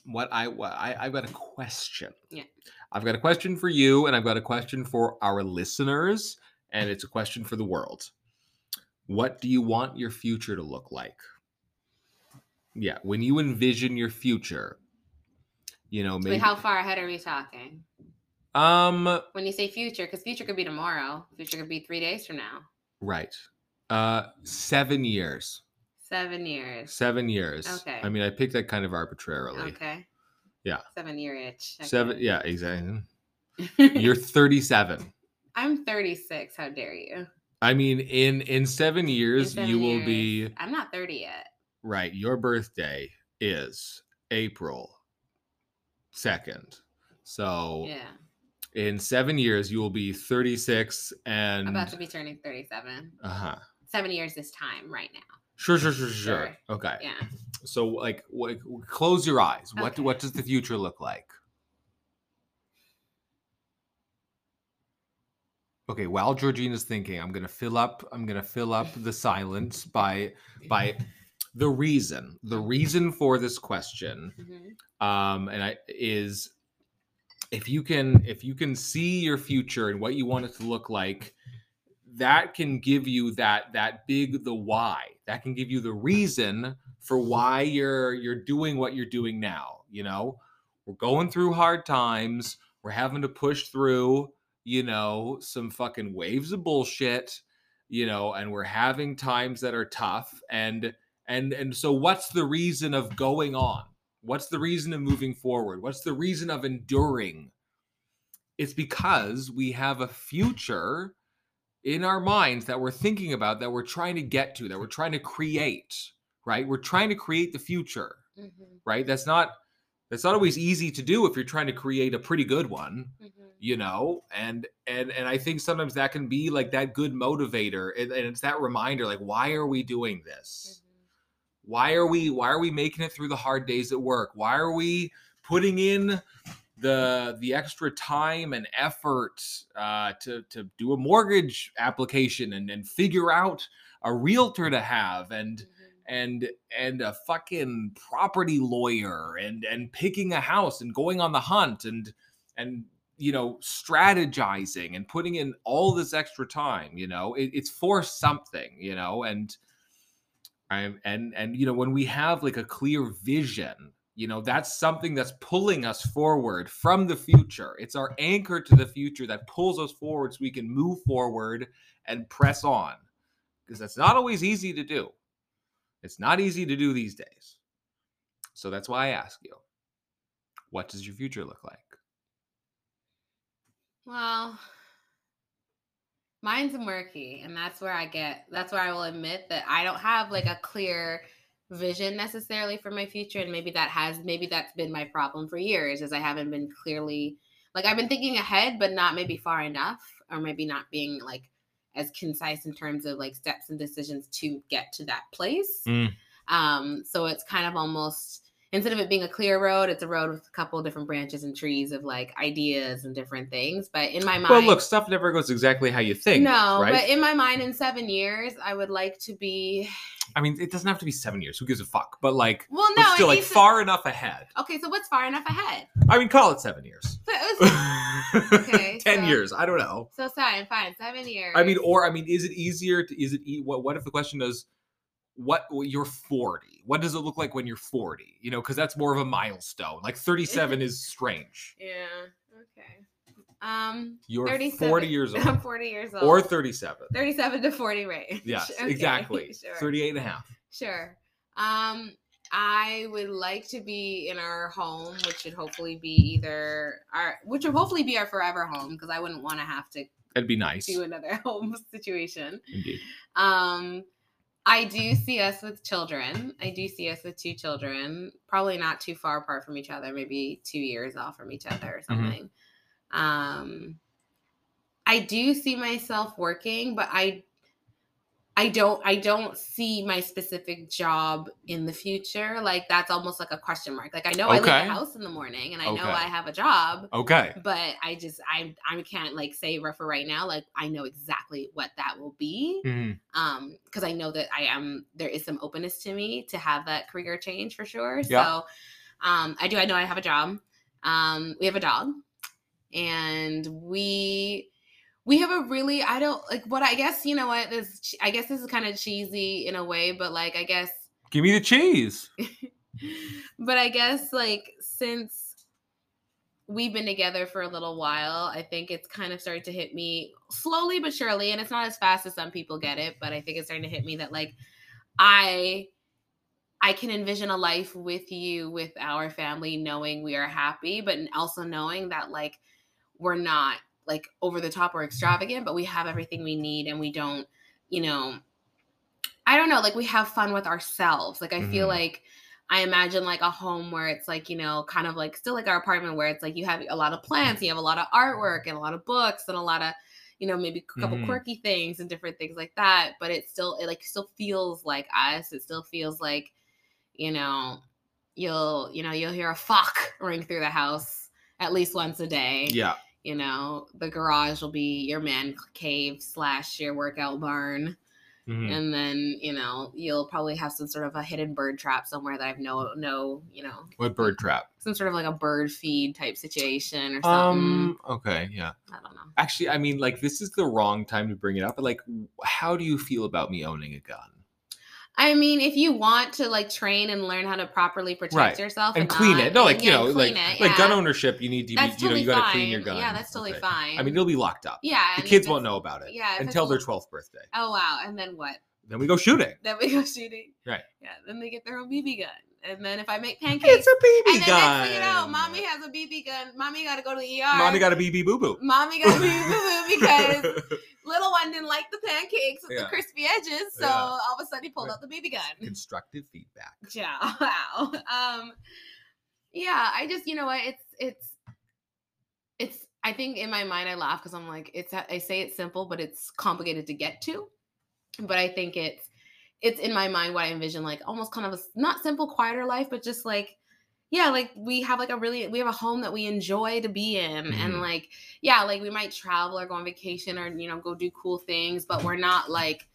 [SPEAKER 2] what I what I I've got a question.
[SPEAKER 3] Yeah.
[SPEAKER 2] I've got a question for you, and I've got a question for our listeners, and it's a question for the world. What do you want your future to look like? Yeah, when you envision your future, you know, maybe
[SPEAKER 3] Wait, how far ahead are we talking?
[SPEAKER 2] um
[SPEAKER 3] When you say future, because future could be tomorrow. Future could be three days from now.
[SPEAKER 2] right. Uh 7 years.
[SPEAKER 3] Seven years.
[SPEAKER 2] Seven years.
[SPEAKER 3] Okay.
[SPEAKER 2] I mean, I picked that kind of arbitrarily.
[SPEAKER 3] Okay.
[SPEAKER 2] Yeah.
[SPEAKER 3] Seven year itch. Okay.
[SPEAKER 2] Seven. Yeah, exactly. You're 37.
[SPEAKER 3] I'm 36. How dare you?
[SPEAKER 2] I mean, in in seven years,
[SPEAKER 3] seven
[SPEAKER 2] you will
[SPEAKER 3] years.
[SPEAKER 2] be
[SPEAKER 3] I'm not 30 yet.
[SPEAKER 2] right. Your birthday is April second. So
[SPEAKER 3] Yeah.
[SPEAKER 2] in seven years, you will be 36 and
[SPEAKER 3] I'm about to be turning 37.
[SPEAKER 2] uh huh.
[SPEAKER 3] Seven years this time right now.
[SPEAKER 2] Sure, sure, sure, sure, sure.
[SPEAKER 3] Sure.
[SPEAKER 2] Okay.
[SPEAKER 3] Yeah.
[SPEAKER 2] So, like, like, close your eyes. What
[SPEAKER 3] Okay.
[SPEAKER 2] what does the future look like? Okay, while Georgina's thinking, I'm gonna fill up. I'm gonna fill up the silence by by the reason. The reason for this question,
[SPEAKER 3] Mhm.
[SPEAKER 2] um, and I is if you can if you can see your future and what you want it to look like, that can give you that that big the why. That can give you the reason for why you're you're doing what you're doing now you know we're going through hard times we're having to push through you know some fucking waves of bullshit you know and we're having times that are tough and and and so what's the reason of going on what's the reason of moving forward what's the reason of enduring it's because we have a future in our minds that we're thinking about that we're trying to get to that we're trying to create right we're trying to create the future
[SPEAKER 3] Mhm.
[SPEAKER 2] right that's not that's not always easy to do if you're trying to create a pretty good one
[SPEAKER 3] Mhm.
[SPEAKER 2] you know and and and i think sometimes that can be like that good motivator and, and it's that reminder like why are we doing this
[SPEAKER 3] Mhm.
[SPEAKER 2] why are we why are we making it through the hard days at work why are we putting in the the extra time and effort uh, to to do a mortgage application and and figure out a realtor to have and
[SPEAKER 3] Mhm.
[SPEAKER 2] and and a fucking property lawyer and and picking a house and going on the hunt and and you know strategizing and putting in all this extra time you know it, it's for something you know and i'm and and you know when we have like a clear vision you know that's something that's pulling us forward from the future it's our anchor to the future that pulls us forward so we can move forward and press on because that's not always easy to do it's not easy to do these days. So that's why I ask you, what does your future look like?
[SPEAKER 3] Well, mine's murky, and that's where I get. That's where I will admit that I don't have like a clear vision necessarily for my future, and maybe that has maybe that's been my problem for years is I haven't been clearly like I've been thinking ahead, but not maybe far enough, or maybe not being like as concise in terms of like steps and decisions to get to that place.
[SPEAKER 2] Mm.
[SPEAKER 3] Um, so it's kind of almost instead of it being a clear road, it's a road with a couple different branches and trees of like ideas and different things. But in my mind,
[SPEAKER 2] Well, look, stuff never goes exactly how you think.
[SPEAKER 3] no,
[SPEAKER 2] right?
[SPEAKER 3] but in my mind, in seven years, I would like to be
[SPEAKER 2] I mean, it doesn't have to be seven years. Who gives a fuck? But like,
[SPEAKER 3] well. No,
[SPEAKER 2] but still,
[SPEAKER 3] it
[SPEAKER 2] like
[SPEAKER 3] needs to-
[SPEAKER 2] far enough ahead.
[SPEAKER 3] okay, so what's far enough ahead?
[SPEAKER 2] I mean, call it seven years.
[SPEAKER 3] So, it was,
[SPEAKER 2] okay,
[SPEAKER 3] Okay,
[SPEAKER 2] ten
[SPEAKER 3] so-
[SPEAKER 2] years. I don't know.
[SPEAKER 3] so fine, fine, seven years.
[SPEAKER 2] I mean, or I mean, is it easier? To, is it e- what? What if the question is, what well, you're forty? What does it look like when you're forty? You know, because that's more of a milestone. Like thirty-seven is strange.
[SPEAKER 3] yeah, okay. Um,
[SPEAKER 2] You're
[SPEAKER 3] 37.
[SPEAKER 2] forty years old.
[SPEAKER 3] I'm forty years old.
[SPEAKER 2] or 37
[SPEAKER 3] thirty-seven to forty range.
[SPEAKER 2] yes
[SPEAKER 3] Okay,
[SPEAKER 2] exactly
[SPEAKER 3] Sure.
[SPEAKER 2] 38 and a half
[SPEAKER 3] Sure. Um, I would like to be in our home, which should hopefully be either our, which would hopefully be our forever home, because I wouldn't want to have to
[SPEAKER 2] that'd be nice
[SPEAKER 3] do another home situation.
[SPEAKER 2] indeed
[SPEAKER 3] Um, I do see us with children. I do see us with two children, probably not too far apart from each other, maybe two years off from each other or
[SPEAKER 2] Mm-hmm.
[SPEAKER 3] something. Um, I do see myself working, but I, I don't, I don't see my specific job in the future. Like that's almost like a question mark. Like I know I leave
[SPEAKER 2] Okay.
[SPEAKER 3] the house in the morning, and I know
[SPEAKER 2] Okay.
[SPEAKER 3] I have a job,
[SPEAKER 2] okay
[SPEAKER 3] but I just I I can't like say right for right now. Like I know exactly what that will be.
[SPEAKER 2] Mhm.
[SPEAKER 3] Um, because I know that I am there is some openness to me to have that career change for sure.
[SPEAKER 2] Yeah.
[SPEAKER 3] So um I do I know I have a job. Um we have a dog and we we have a really I don't like what I guess you know what this I guess this is kind of cheesy in a way, but like I guess
[SPEAKER 2] give me the cheese
[SPEAKER 3] but I guess like since we've been together for a little while, I think it's kind of started to hit me slowly but surely, and it's not as fast as some people get it, but I think it's starting to hit me that like I I can envision a life with you, with our family, knowing we are happy, but also knowing that like we're not like over the top or extravagant, but we have everything we need and we don't, you know, I don't know, like we have fun with ourselves. Like I feel
[SPEAKER 2] Mhm.
[SPEAKER 3] like I imagine like a home where it's like, you know, kind of like still like our apartment where it's like you have a lot of plants, you have a lot of artwork and a lot of books and a lot of, you know, maybe a couple
[SPEAKER 2] Mhm.
[SPEAKER 3] quirky things and different things like that. But it still it like still feels like us. It still feels like, you know, you'll you know, you'll hear a fuck ring through the house at least once a day
[SPEAKER 2] Yeah.
[SPEAKER 3] you know the garage will be your man cave slash your workout barn
[SPEAKER 2] Mhm.
[SPEAKER 3] and then you know you'll probably have some sort of a hidden bird trap somewhere that i've no no you know
[SPEAKER 2] What bird trap?
[SPEAKER 3] some sort of like a bird feed type situation or something
[SPEAKER 2] Um. Okay. Yeah.
[SPEAKER 3] i don't know
[SPEAKER 2] Actually, I mean, like, this is the wrong time to bring it up. But like, how do you feel about me owning a gun
[SPEAKER 3] i mean if you want to like train and learn how to properly protect
[SPEAKER 2] Right.
[SPEAKER 3] yourself
[SPEAKER 2] and
[SPEAKER 3] not-
[SPEAKER 2] clean it? No, like you
[SPEAKER 3] yeah,
[SPEAKER 2] know,
[SPEAKER 3] and
[SPEAKER 2] like
[SPEAKER 3] clean it,
[SPEAKER 2] like gun
[SPEAKER 3] yeah.
[SPEAKER 2] ownership, you need you, need-
[SPEAKER 3] that's
[SPEAKER 2] you know
[SPEAKER 3] totally
[SPEAKER 2] you got
[SPEAKER 3] fine
[SPEAKER 2] to clean your gun.
[SPEAKER 3] yeah that's totally
[SPEAKER 2] Okay.
[SPEAKER 3] fine
[SPEAKER 2] I mean, it'll be locked up.
[SPEAKER 3] yeah
[SPEAKER 2] the
[SPEAKER 3] and if
[SPEAKER 2] kids won't
[SPEAKER 3] it's-
[SPEAKER 2] know about it
[SPEAKER 3] yeah if it's
[SPEAKER 2] until their
[SPEAKER 3] l-
[SPEAKER 2] twelfth birthday.
[SPEAKER 3] oh wow and then what
[SPEAKER 2] Then we go shooting.
[SPEAKER 3] then we go shooting
[SPEAKER 2] Right.
[SPEAKER 3] yeah then they get their own bb gun and then if i make
[SPEAKER 2] It's
[SPEAKER 3] pancakes
[SPEAKER 2] a BB
[SPEAKER 3] And then
[SPEAKER 2] gun.
[SPEAKER 3] next thing you know, mommy has a BB gun. Mommy got to go to the ER.
[SPEAKER 2] Mommy got a BB boo boo.
[SPEAKER 3] Mommy got a BB boo because little one didn't like the pancakes with
[SPEAKER 2] Yeah.
[SPEAKER 3] the crispy edges, so
[SPEAKER 2] Yeah.
[SPEAKER 3] all of a sudden he pulled
[SPEAKER 2] Right.
[SPEAKER 3] out the BB gun.
[SPEAKER 2] constructive feedback.
[SPEAKER 3] Yeah, wow. Um, yeah, I just you know what it's it's it's. I think in my mind I laugh because I'm like it's. I say it's simple, but it's complicated to get to. But I think it's it's in my mind what I envision like almost kind of a s- not simple, quieter life, but just like yeah, like we have like a really we have a home that we enjoy to be in,
[SPEAKER 2] Mhm.
[SPEAKER 3] and like yeah, like we might travel or go on vacation or you know go do cool things, but we're not like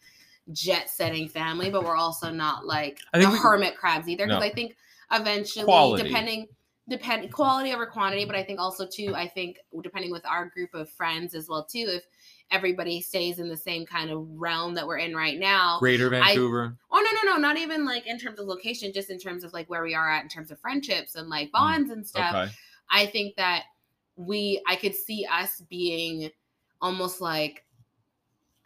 [SPEAKER 3] jet setting family, but we're also not like
[SPEAKER 2] I
[SPEAKER 3] the
[SPEAKER 2] think we-
[SPEAKER 3] hermit crabs either because
[SPEAKER 2] No.
[SPEAKER 3] I think eventually
[SPEAKER 2] Quality.
[SPEAKER 3] depending depend quality over quantity, but I think also too I think depending with our group of friends as well too if everybody stays in the same kind of realm that we're in right now
[SPEAKER 2] Greater Vancouver.
[SPEAKER 3] Oh no, no, no, not even like in terms of location, just in terms of like where we are at in terms of friendships and
[SPEAKER 2] Mm.
[SPEAKER 3] like bonds and stuff.
[SPEAKER 2] okay.
[SPEAKER 3] I think that we I could see us being almost like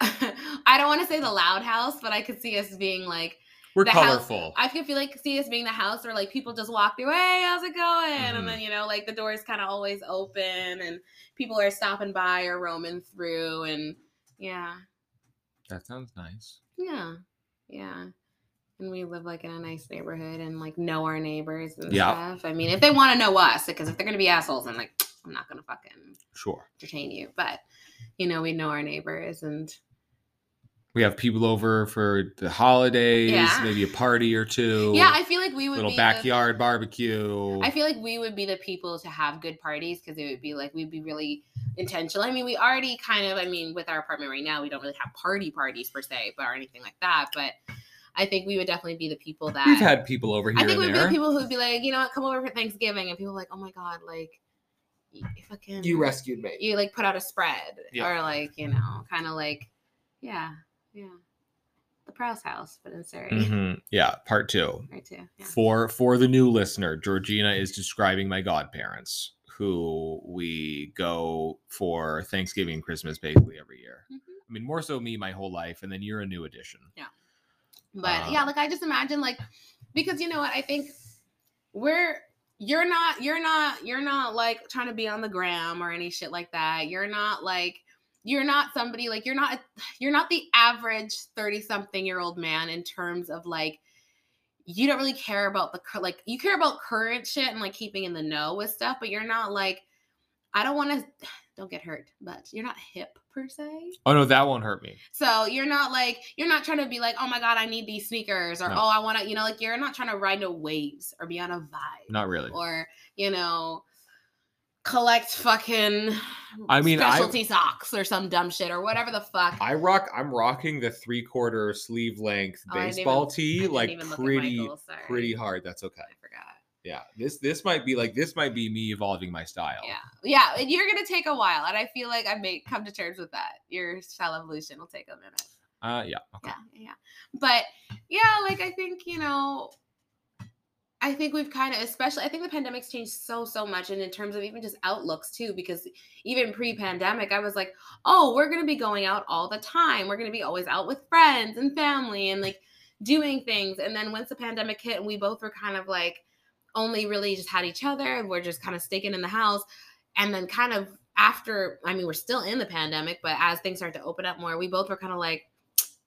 [SPEAKER 3] I don't want to say the loud house, but I could see us being like
[SPEAKER 2] We're
[SPEAKER 3] the house-
[SPEAKER 2] colorful.
[SPEAKER 3] I could feel like see us being the house where like people just walk through, hey, how's it going?
[SPEAKER 2] Mhm.
[SPEAKER 3] And then you know, like the door is kind of always open and people are stopping by or roaming through and yeah.
[SPEAKER 2] that sounds nice.
[SPEAKER 3] Yeah. Yeah. And we live like in a nice neighborhood and like know our neighbors and
[SPEAKER 2] Yeah.
[SPEAKER 3] stuff. I mean, if they want to know us, because if they're going to be assholes, I'm like, I'm not going to fucking
[SPEAKER 2] Sure.
[SPEAKER 3] entertain you. But, you know, we know our neighbors and
[SPEAKER 2] We have people over for the holidays,
[SPEAKER 3] Yeah.
[SPEAKER 2] maybe a party or two.
[SPEAKER 3] yeah, I feel like we would
[SPEAKER 2] little
[SPEAKER 3] be
[SPEAKER 2] backyard barbecue.
[SPEAKER 3] The, I feel like we would be the people to have good parties because it would be like we'd be really intentional. I mean, we already kind of, I mean, with our apartment right now, we don't really have party parties per se, but or anything like that. But I think we would definitely be the people that
[SPEAKER 2] We've had people over here
[SPEAKER 3] I think
[SPEAKER 2] and
[SPEAKER 3] we'd be
[SPEAKER 2] there.
[SPEAKER 3] the people who'd be like, you know what, come over for Thanksgiving, and people like, oh my god, like, you fucking,
[SPEAKER 4] You rescued me. Mm-hmm.
[SPEAKER 3] you like put out a spread,
[SPEAKER 2] Yeah.
[SPEAKER 3] or like, you know, kind of like, yeah, yeah, the Prowse house, but in Surrey,
[SPEAKER 4] Mm-hmm.
[SPEAKER 2] Mhm. Yeah, part two.
[SPEAKER 3] right too, yeah.
[SPEAKER 2] For for the new listener, Georgina is describing my godparents, who we go for Thanksgiving and Christmas basically every year.
[SPEAKER 3] Mhm.
[SPEAKER 2] I mean, more so me my whole life, and then you're a new addition.
[SPEAKER 3] But
[SPEAKER 2] Uh,
[SPEAKER 3] yeah, like I just imagine like because you know what I think we're you're not you're not you're not like trying to be on the gram or any shit like that. You're not like you're not somebody like you're not you're not the average 30 something year old man in terms of like you don't really care about the cur- like you care about current shit and like keeping in the know with stuff, but you're not like I don't want to don't get hurt, but you're not hip per se.
[SPEAKER 2] Oh no, that won't hurt me.
[SPEAKER 3] So you're not like you're not trying to be like, oh my god, I need these sneakers, or
[SPEAKER 2] No.
[SPEAKER 3] oh, I want to, you know, like you're not trying to ride no waves or be on a vibe,
[SPEAKER 2] Not really.
[SPEAKER 3] or you know, collect fucking
[SPEAKER 2] I mean, I-
[SPEAKER 3] specialty socks or some dumb shit or whatever the fuck.
[SPEAKER 2] I rock. I'm rocking the three quarter sleeve length
[SPEAKER 3] Oh, I didn't
[SPEAKER 2] baseball
[SPEAKER 3] even- I
[SPEAKER 2] tee,
[SPEAKER 3] didn't
[SPEAKER 2] like
[SPEAKER 3] even look at
[SPEAKER 2] pretty,
[SPEAKER 3] Michael, sorry.
[SPEAKER 2] pretty hard. That's okay.
[SPEAKER 3] I forgot.
[SPEAKER 2] Yeah. This this might be like this might be me evolving my style.
[SPEAKER 3] Yeah, yeah, and you're gonna take a while, and I feel like I may come to terms with that. Your style evolution will take a minute.
[SPEAKER 2] Uh, yeah. Okay.
[SPEAKER 3] yeah yeah but yeah like i think you know i think we've kind of especially i think the pandemic's changed so so much and in terms of even just outlooks too because even pre-pandemic i was like oh we're gonna be going out all the time we're gonna be always out with friends and family and like doing things. And then once the pandemic hit and we both were kind of like only really just had each other and we're just kind of sticking in the house. And then kind of after, I mean, we're still in the pandemic, but as things start to open up more, we both were kind of like,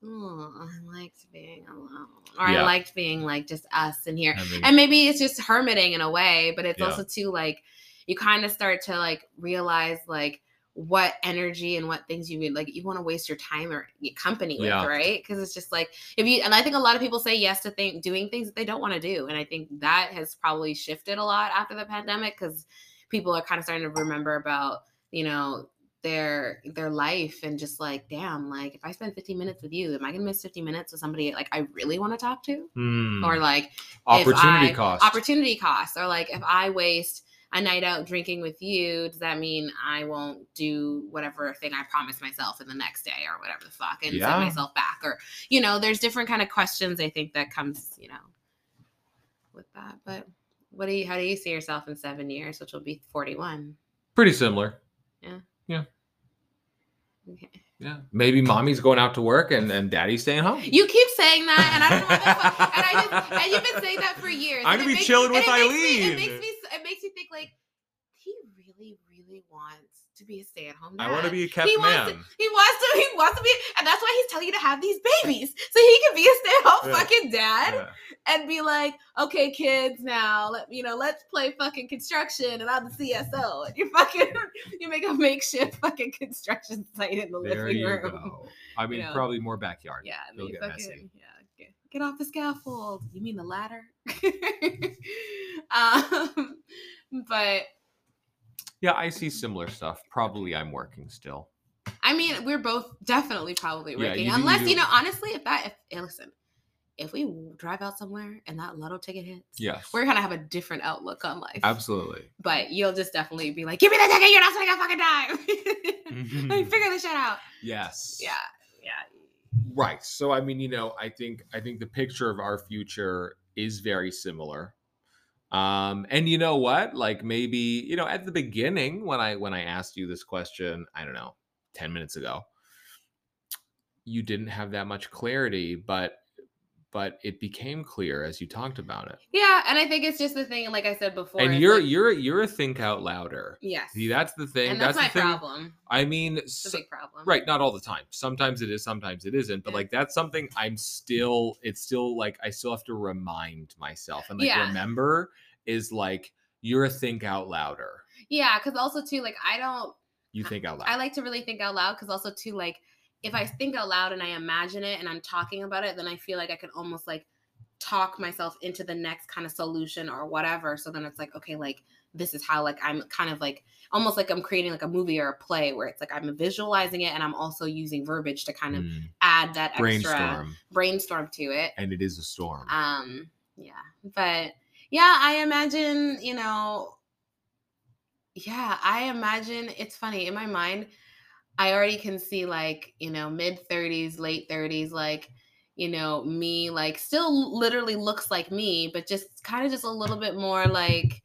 [SPEAKER 3] oh, I liked being alone. Or
[SPEAKER 2] Yeah.
[SPEAKER 3] I liked being like just us in here
[SPEAKER 2] Having-
[SPEAKER 3] and maybe it's just hermiting in a way but it's
[SPEAKER 2] Yeah.
[SPEAKER 3] also too like you kind of start to like realize like what energy and what things you need like you want to waste your time or your company with
[SPEAKER 2] Yeah.
[SPEAKER 3] right because it's just like if you and i think a lot of people say yes to think doing things that they don't want to do and i think that has probably shifted a lot after the pandemic because people are kind of starting to remember about you know their their life and just like damn like if i spend 15 minutes with you am i gonna miss 15 minutes with somebody like i really want to talk to
[SPEAKER 2] Hmm.
[SPEAKER 3] or like if
[SPEAKER 2] opportunity
[SPEAKER 3] I-
[SPEAKER 2] cost.
[SPEAKER 3] opportunity costs or like if i waste a night out drinking with you does that mean i won't do whatever thing i promised myself in the next day or whatever the fuck and
[SPEAKER 2] Yeah.
[SPEAKER 3] set myself back or you know there's different kind of questions i think that comes you know with that but what do you how do you see yourself in seven years which will be 41
[SPEAKER 2] Pretty similar.
[SPEAKER 3] okay.
[SPEAKER 2] Yeah. Maybe mommy's going out to work and, and daddy's staying home.
[SPEAKER 3] you keep saying that and i don't know what the fuck and i just and you've been saying that for years
[SPEAKER 2] I'm
[SPEAKER 3] and
[SPEAKER 2] gonna
[SPEAKER 3] it
[SPEAKER 2] be chilling
[SPEAKER 3] and
[SPEAKER 2] with
[SPEAKER 3] it makes me-
[SPEAKER 2] Eileen.
[SPEAKER 3] it makes me s- it makes you think like he really really wants to be a stay-at-home dad.
[SPEAKER 2] I want to be a kept
[SPEAKER 3] he
[SPEAKER 2] man.
[SPEAKER 3] wants to- He wants to. He wants to be, and that's why he's telling you to have these babies so he can be a stay-at-home
[SPEAKER 2] Yeah.
[SPEAKER 3] fucking dad
[SPEAKER 2] Yeah.
[SPEAKER 3] and be like, okay, kids, now let you know, let's play fucking construction, and I'm the CSO, and you fucking you make a makeshift fucking construction site in the
[SPEAKER 2] There
[SPEAKER 3] living
[SPEAKER 2] you
[SPEAKER 3] room.
[SPEAKER 2] go. I mean,
[SPEAKER 3] You know.
[SPEAKER 2] probably more backyard.
[SPEAKER 3] Yeah, and
[SPEAKER 2] It'll
[SPEAKER 3] then you
[SPEAKER 2] get
[SPEAKER 3] fucking
[SPEAKER 2] messy.
[SPEAKER 3] yeah. Get, get off the scaffold. You mean the ladder? um, but
[SPEAKER 2] Yeah, I see similar stuff. Probably I'm working still.
[SPEAKER 3] I mean, we're both definitely probably
[SPEAKER 2] Yeah,
[SPEAKER 3] working.
[SPEAKER 2] you do- you
[SPEAKER 3] Unless you,
[SPEAKER 2] do.
[SPEAKER 3] know, honestly, if that if hey, listen, if we drive out somewhere and that lotto ticket hits,
[SPEAKER 2] Yes.
[SPEAKER 3] we're gonna have a different outlook on life.
[SPEAKER 2] Absolutely.
[SPEAKER 3] But you'll just definitely be like, give me the ticket. You're not gonna fucking die. Let
[SPEAKER 2] Mm-hmm.
[SPEAKER 3] me figure this shit out.
[SPEAKER 2] yes.
[SPEAKER 3] Yeah, yeah.
[SPEAKER 2] Right. So I mean, you know, I think I think the picture of our future is very similar. Um, and you know what? Like maybe, you know, at the beginning when I when I asked you this question, I don't know, 10 minutes ago, you didn't have that much clarity, but but it became clear as you talked about it.
[SPEAKER 3] Yeah, and I think it's just the thing, like I said before.
[SPEAKER 2] and
[SPEAKER 3] it's
[SPEAKER 2] you're
[SPEAKER 3] like-
[SPEAKER 2] you're you're a think out louder.
[SPEAKER 3] yes,
[SPEAKER 2] See, that's the thing.
[SPEAKER 3] and that's,
[SPEAKER 2] the
[SPEAKER 3] my
[SPEAKER 2] thing.
[SPEAKER 3] problem.
[SPEAKER 2] I mean,
[SPEAKER 3] It's
[SPEAKER 2] so-
[SPEAKER 3] a big problem.
[SPEAKER 2] right not all the time sometimes it is sometimes it isn't but
[SPEAKER 3] Yeah.
[SPEAKER 2] like that's something i'm still it's still like i still have to remind myself and like
[SPEAKER 3] Yeah.
[SPEAKER 2] remember is like you're a think out louder
[SPEAKER 3] Yeah, because also too, like I don't.
[SPEAKER 2] you think out loud
[SPEAKER 3] I like to really think out loud because also too, like if I think out loud and I imagine it and I'm talking about it, then I feel like I can almost like talk myself into the next kind of solution or whatever. So then it's like, okay, like this is how like I'm kind of like almost like I'm creating like a movie or a play where it's like I'm visualizing it and I'm also using verbiage to kind of
[SPEAKER 2] Mm,
[SPEAKER 3] add that extra brainstorm,
[SPEAKER 2] brainstorm
[SPEAKER 3] to it.
[SPEAKER 2] and it is a storm
[SPEAKER 3] Um, yeah, but yeah, I imagine, you know, yeah, I imagine it's funny in my mind. I already can see like, you know, mid 30s, late 30s, like, you know, me like still literally looks like me, but just kind of just a little bit more like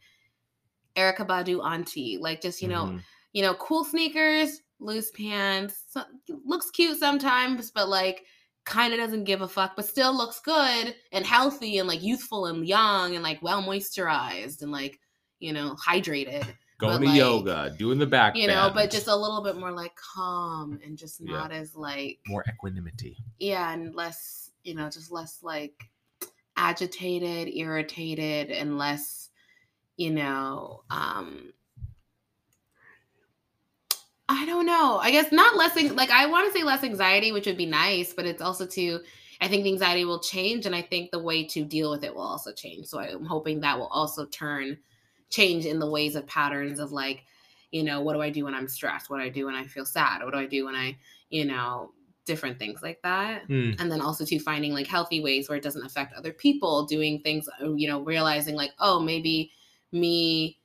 [SPEAKER 3] Erica Badu auntie, like just, you know,
[SPEAKER 2] Mhm.
[SPEAKER 3] you know, cool sneakers, loose pants, so, looks cute sometimes, but like kind of doesn't give a fuck, but still looks good and healthy and like youthful and young and like well moisturized and like, you know, hydrated,
[SPEAKER 2] going
[SPEAKER 3] but,
[SPEAKER 2] to
[SPEAKER 3] like,
[SPEAKER 2] yoga doing the back
[SPEAKER 3] you know, but
[SPEAKER 2] bend,
[SPEAKER 3] just a little bit more like calm and just
[SPEAKER 2] Yeah.
[SPEAKER 3] not as like,
[SPEAKER 2] more equanimity
[SPEAKER 3] yeah, and less, you know, just less like agitated, irritated, and less, you know, um, I don't know. I guess not less ang- like I want to say less anxiety, which would be nice, but it's also too I think the anxiety will change and I think the way to deal with it will also change. So I'm hoping that will also turn change in the ways of patterns of like, you know, what do I do when I'm stressed? What do I do when I feel sad? What do I do when I, you know, different things like that
[SPEAKER 2] Hmm.
[SPEAKER 3] and then also to finding like healthy ways where it doesn't affect other people doing things uh, you know realizing like oh maybe me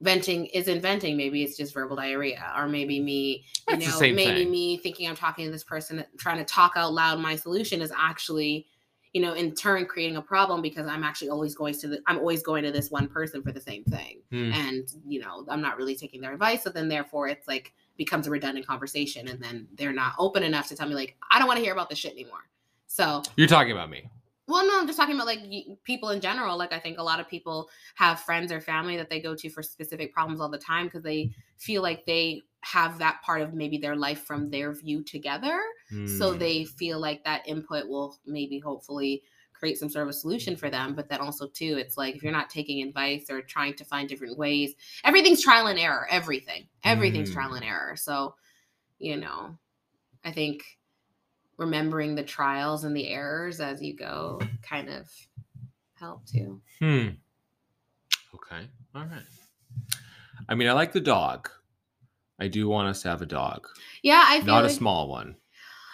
[SPEAKER 3] venting isn't venting maybe it's just verbal diarrhea or maybe me you
[SPEAKER 2] That's the
[SPEAKER 3] know
[SPEAKER 2] same
[SPEAKER 3] maybe
[SPEAKER 2] thing.
[SPEAKER 3] me thinking i'm talking to this person trying to talk out loud my solution is actually you know in turn creating a problem because i'm actually always going to the i'm always going to this one person for the same thing
[SPEAKER 2] Hmm.
[SPEAKER 3] and you know i'm not really taking their advice so then therefore it's like becomes a redundant conversation and then they're not open enough to tell me like i don't want to hear about this shit anymore so
[SPEAKER 2] you're talking about me
[SPEAKER 3] Well, no, I'm just talking about like y- people in general. Like, I think a lot of people have friends or family that they go to for specific problems all the time because they feel like they have that part of maybe their life from their view together. So
[SPEAKER 2] Hmm.
[SPEAKER 3] they feel like that input will maybe hopefully create some sort of a solution for them. But then also, too, it's like if you're not taking advice or trying to find different ways, everything's trial and error. Everything, everything's
[SPEAKER 2] Mm.
[SPEAKER 3] trial and error. So, you know, I think remembering the trials and the errors as you go kind of help too.
[SPEAKER 2] Hmm. Okay. All right. I mean, I like the dog. I do want us to have a dog,
[SPEAKER 3] Yeah, I feel
[SPEAKER 2] not a
[SPEAKER 3] like-
[SPEAKER 2] small one.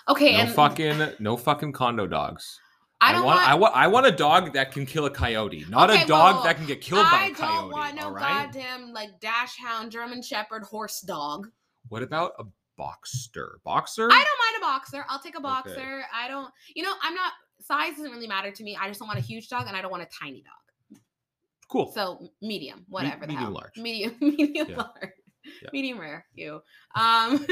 [SPEAKER 3] Okay,
[SPEAKER 2] No
[SPEAKER 3] and
[SPEAKER 2] fucking, no fucking condo dogs.
[SPEAKER 3] I don't
[SPEAKER 2] want,
[SPEAKER 3] want.
[SPEAKER 2] I want. I want a dog that can kill a coyote, not
[SPEAKER 3] Okay,
[SPEAKER 2] a
[SPEAKER 3] whoa,
[SPEAKER 2] dog
[SPEAKER 3] whoa,
[SPEAKER 2] that can get killed by
[SPEAKER 3] I
[SPEAKER 2] a
[SPEAKER 3] don't
[SPEAKER 2] coyote.
[SPEAKER 3] want no
[SPEAKER 2] all right.
[SPEAKER 3] goddamn like dash hound, German Shepherd, horse dog.
[SPEAKER 2] What about a boxster? Boxer?
[SPEAKER 3] I don't mind a boxer. I'll take a
[SPEAKER 2] Okay.
[SPEAKER 3] boxer. I don't, you know, I'm not, size doesn't really matter to me. I just don't want a huge dog and I don't want a tiny dog.
[SPEAKER 2] cool.
[SPEAKER 3] So m- medium, whatever. the
[SPEAKER 2] medium
[SPEAKER 3] hell.
[SPEAKER 2] large.
[SPEAKER 3] Medium, medium
[SPEAKER 2] Yeah.
[SPEAKER 3] large.
[SPEAKER 2] Yeah.
[SPEAKER 3] Medium rare, you. Um,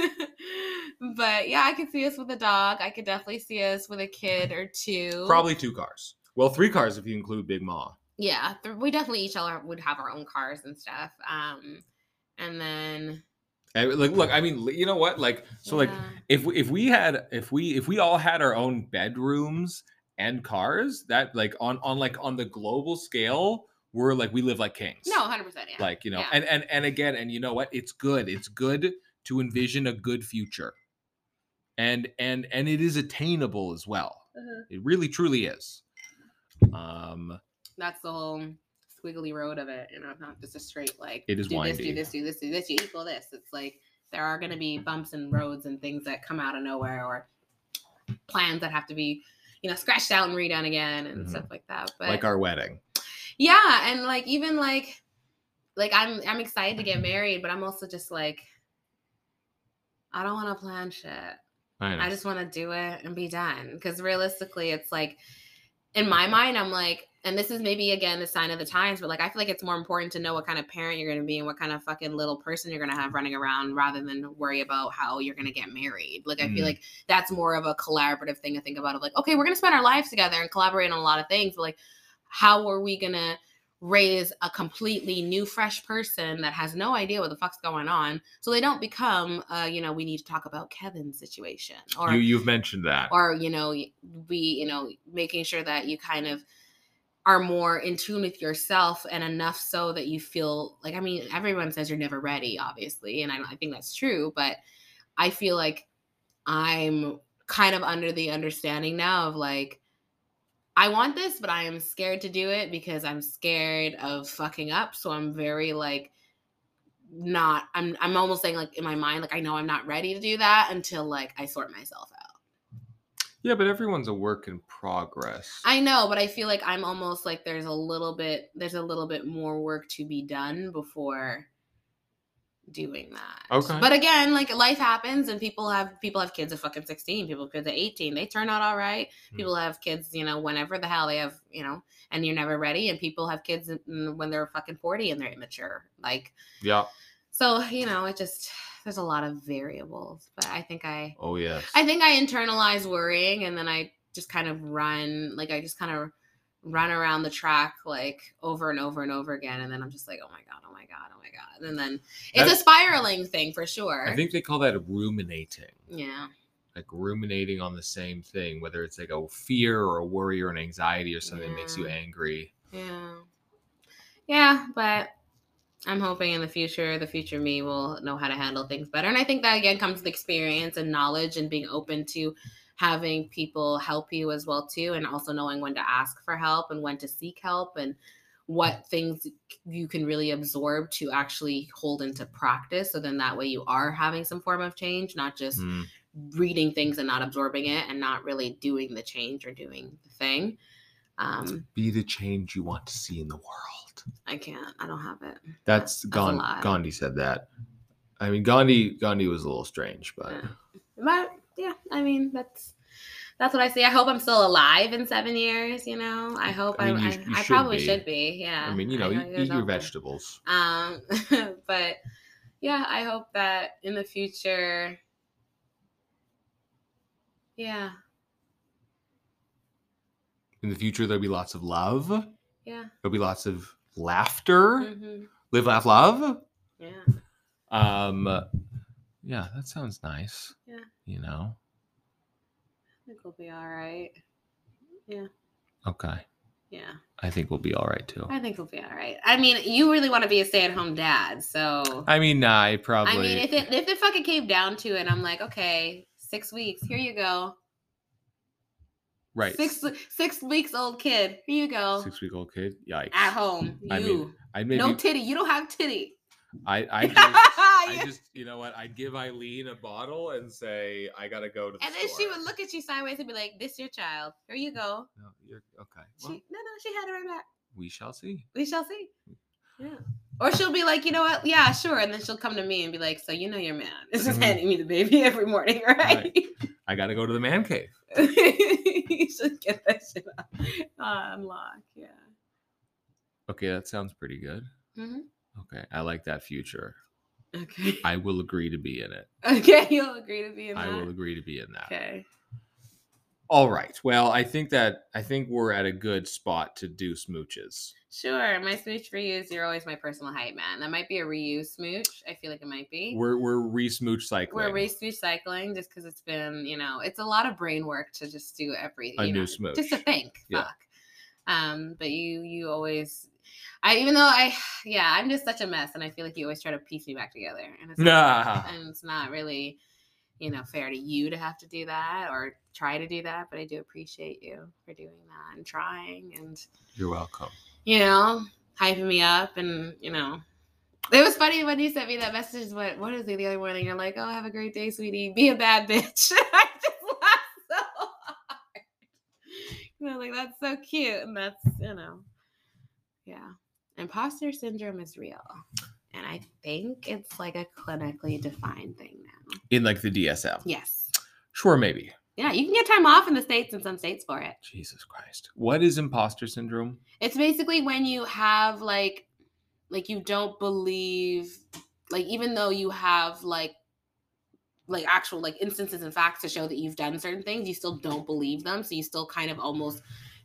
[SPEAKER 3] but yeah, I could see us with a dog. I could definitely see us with a kid or two.
[SPEAKER 2] Probably two cars. Well, three cars if you include Big Ma.
[SPEAKER 3] Yeah, th- we definitely each all would have our own cars and stuff. Um, and then
[SPEAKER 2] And, like, look, I mean, you know what? Like, so, like,
[SPEAKER 3] yeah.
[SPEAKER 2] if we, if we had if we if we all had our own bedrooms and cars that like on on like on the global scale we're like we live like kings
[SPEAKER 3] no, hundred percent. Yeah,
[SPEAKER 2] like you know
[SPEAKER 3] yeah.
[SPEAKER 2] and and and again and you know what it's good it's good to envision a good future and and and it is attainable as well
[SPEAKER 3] Mhm.
[SPEAKER 2] it really truly is um
[SPEAKER 3] that's the whole squiggly road of it. You know, not just a straight like
[SPEAKER 2] It is
[SPEAKER 3] do
[SPEAKER 2] windy.
[SPEAKER 3] this, do this, do this, do this, you equal this. It's like there are gonna be bumps and roads and things that come out of nowhere or plans that have to be, you know, scratched out and redone again and
[SPEAKER 2] Mhm.
[SPEAKER 3] stuff like that. But
[SPEAKER 2] like our wedding
[SPEAKER 3] yeah, and like even like like I'm I'm excited to get married, but I'm also just like I don't wanna plan shit.
[SPEAKER 2] i know
[SPEAKER 3] I just want to do it and be done. Because realistically, it's like, in my mind, I'm like, and this is maybe again a sign of the times, but like, I feel like it's more important to know what kind of parent you're going to be and what kind of fucking little person you're going to have running around rather than worry about how you're going to get married. Like, I
[SPEAKER 2] Mhm.
[SPEAKER 3] feel like that's more of a collaborative thing to think about of like, okay, we're going to spend our lives together and collaborate on a lot of things, but like, how are we going to raise a completely new fresh person that has no idea what the fuck's going on so they don't become uh you know we need to talk about kevin's situation or
[SPEAKER 2] you you've mentioned that
[SPEAKER 3] or you know y- be you know making sure that you kind of are more in tune with yourself and enough so that you feel like i mean everyone says you're never ready obviously and i, don't- I think that's true but i feel like i'm kind of under the understanding now of like i want this but i am scared to do it because i'm scared of fucking up so i'm very like not i'm i'm almost saying like in my mind like i know i'm not ready to do that until like i sort myself out
[SPEAKER 2] yeah but everyone's a work in progress
[SPEAKER 3] I know, but I feel like I'm almost like there's a little bit there's a little bit more work to be done before doing that.
[SPEAKER 2] Okay.
[SPEAKER 3] But again, like life happens and people have people have kids at fucking 16, people have kids at 18. They turn out all right.
[SPEAKER 2] Mm.
[SPEAKER 3] People have kids, you know, whenever the hell they have, you know, and you're never ready and people have kids in- when they're fucking 40 and they're immature. Like
[SPEAKER 2] yeah
[SPEAKER 3] so, you know, it just there's a lot of variables, but I think I
[SPEAKER 2] oh yes
[SPEAKER 3] I think I internalize worrying and then I just kind of run, like I just kind of run around the track like over and over and over again. And then I'm just like, oh my God, oh my God, oh my God. And then it's a
[SPEAKER 2] That-
[SPEAKER 3] spiraling thing for sure.
[SPEAKER 2] I think they call that ruminating
[SPEAKER 3] yeah.
[SPEAKER 2] like ruminating on the same thing, whether it's like a fear or a worry or an anxiety or something that makes you
[SPEAKER 3] Yeah.
[SPEAKER 2] angry.
[SPEAKER 3] Yeah. Yeah. But I'm hoping in the future, the future me will know how to handle things better. And I think that again comes with experience and knowledge and being open to having people help you as well too and also knowing when to ask for help and when to seek help and what things you can really absorb to actually hold into practice so then that way you are having some form of change not just
[SPEAKER 2] Mm.
[SPEAKER 3] reading things and not absorbing it and not really doing the change or doing the thing um
[SPEAKER 2] Be the change you want to see in the world.
[SPEAKER 3] i can't i don't have it
[SPEAKER 2] That's,
[SPEAKER 3] a
[SPEAKER 2] Gandhi.
[SPEAKER 3] lot.
[SPEAKER 2] Gandhi said that. I mean, Gandhi. Gandhi was a little strange, but
[SPEAKER 3] Yeah. but yeah i mean that's that's what i see i hope i'm still alive in seven years you know i hope
[SPEAKER 2] I
[SPEAKER 3] i,
[SPEAKER 2] mean, you
[SPEAKER 3] I,
[SPEAKER 2] sh- you
[SPEAKER 3] I
[SPEAKER 2] should
[SPEAKER 3] probably
[SPEAKER 2] be.
[SPEAKER 3] should be yeah
[SPEAKER 2] I mean, you know, you
[SPEAKER 3] there's
[SPEAKER 2] eat your
[SPEAKER 3] always-
[SPEAKER 2] vegetables.
[SPEAKER 3] um but yeah i hope that in the future yeah
[SPEAKER 2] In the future, there'll be lots of love. There'll
[SPEAKER 3] Yeah.
[SPEAKER 2] be lots of laughter.
[SPEAKER 3] hmm
[SPEAKER 2] Live, laugh, love.
[SPEAKER 3] Yeah.
[SPEAKER 2] Um, yeah, that sounds nice.
[SPEAKER 3] Yeah.
[SPEAKER 2] You know.
[SPEAKER 3] I think we'll be all right.
[SPEAKER 2] Okay.
[SPEAKER 3] Yeah.
[SPEAKER 2] I think we'll be all right too.
[SPEAKER 3] I think we'll be all right. I mean, you really want to be a stay-at-home dad, so
[SPEAKER 2] I mean, nah, I probably.
[SPEAKER 3] I mean, if it if it fucking came down to it, I'm like, okay, six weeks, here you go.
[SPEAKER 2] right.
[SPEAKER 3] Six six weeks old kid, here you go.
[SPEAKER 2] six week old kid. Yikes.
[SPEAKER 3] At home, you
[SPEAKER 2] I mean, I maybe
[SPEAKER 3] no titty. You don't have titty.
[SPEAKER 2] I I just, I
[SPEAKER 3] Yeah.
[SPEAKER 2] just you know what I'd give Eileen a bottle and say I gotta go to the
[SPEAKER 3] and then she
[SPEAKER 2] store."
[SPEAKER 3] would look at you sideways and be like, "This your child. Here you go."
[SPEAKER 2] No, you're okay.
[SPEAKER 3] She, no,
[SPEAKER 2] Well,
[SPEAKER 3] no, she had it right back.
[SPEAKER 2] we shall see.
[SPEAKER 3] We shall see.
[SPEAKER 2] Mm.
[SPEAKER 3] Yeah. Or she'll be like, you know what? Yeah, sure. And then she'll come to me and be like, so you know your man is just
[SPEAKER 2] Mhm.
[SPEAKER 3] handing me the baby every morning, right?
[SPEAKER 2] I gotta go to the man cave.
[SPEAKER 3] you should get that shit up. Uh, unlock, yeah.
[SPEAKER 2] Okay, that sounds pretty good.
[SPEAKER 3] Mhm.
[SPEAKER 2] Okay, I like that future.
[SPEAKER 3] Okay.
[SPEAKER 2] I will agree to be in it.
[SPEAKER 3] Okay, you'll agree to be in that.
[SPEAKER 2] I will agree to be in that.
[SPEAKER 3] Okay.
[SPEAKER 2] All right. Well, I think that I think we're at a good spot to do smooches.
[SPEAKER 3] Sure. My smooch for you is you're always my personal hype man. That might be a reuse smooch. I feel like it might be.
[SPEAKER 2] We're we're re smooch cycling.
[SPEAKER 3] We're race recycling just because it's been, you know, it's a lot of brain work to just do every
[SPEAKER 2] A
[SPEAKER 3] you
[SPEAKER 2] new
[SPEAKER 3] know, Just to
[SPEAKER 2] smooch.
[SPEAKER 3] think.
[SPEAKER 2] Yeah.
[SPEAKER 3] Fuck. Um, but you you always I even though I yeah, I'm just such a mess and I feel like you always try to piece me back together. And it's
[SPEAKER 2] Nah.
[SPEAKER 3] and it's not really, you know, fair to you to have to do that or try to do that, but I do appreciate you for doing that and trying and
[SPEAKER 2] You're welcome.
[SPEAKER 3] you know, hyping me up and, you know. It was funny when you sent me that message. What what is it the other morning? You're like, oh, have a great day, sweetie. Be a bad bitch. I just laughed so hard. And I'm like, that's so cute. And that's, you know, yeah. Imposter syndrome is real. And I think it's like a clinically defined thing now.
[SPEAKER 2] In like the DSM.
[SPEAKER 3] Yes.
[SPEAKER 2] Sure, maybe.
[SPEAKER 3] Yeah, you can get time off in the States in some states for it.
[SPEAKER 2] Jesus Christ. What is imposter syndrome?
[SPEAKER 3] It's basically when you have like like you don't believe like even though you have like like actual like instances and facts to show that you've done certain things, you still don't believe them. So you still kind of almost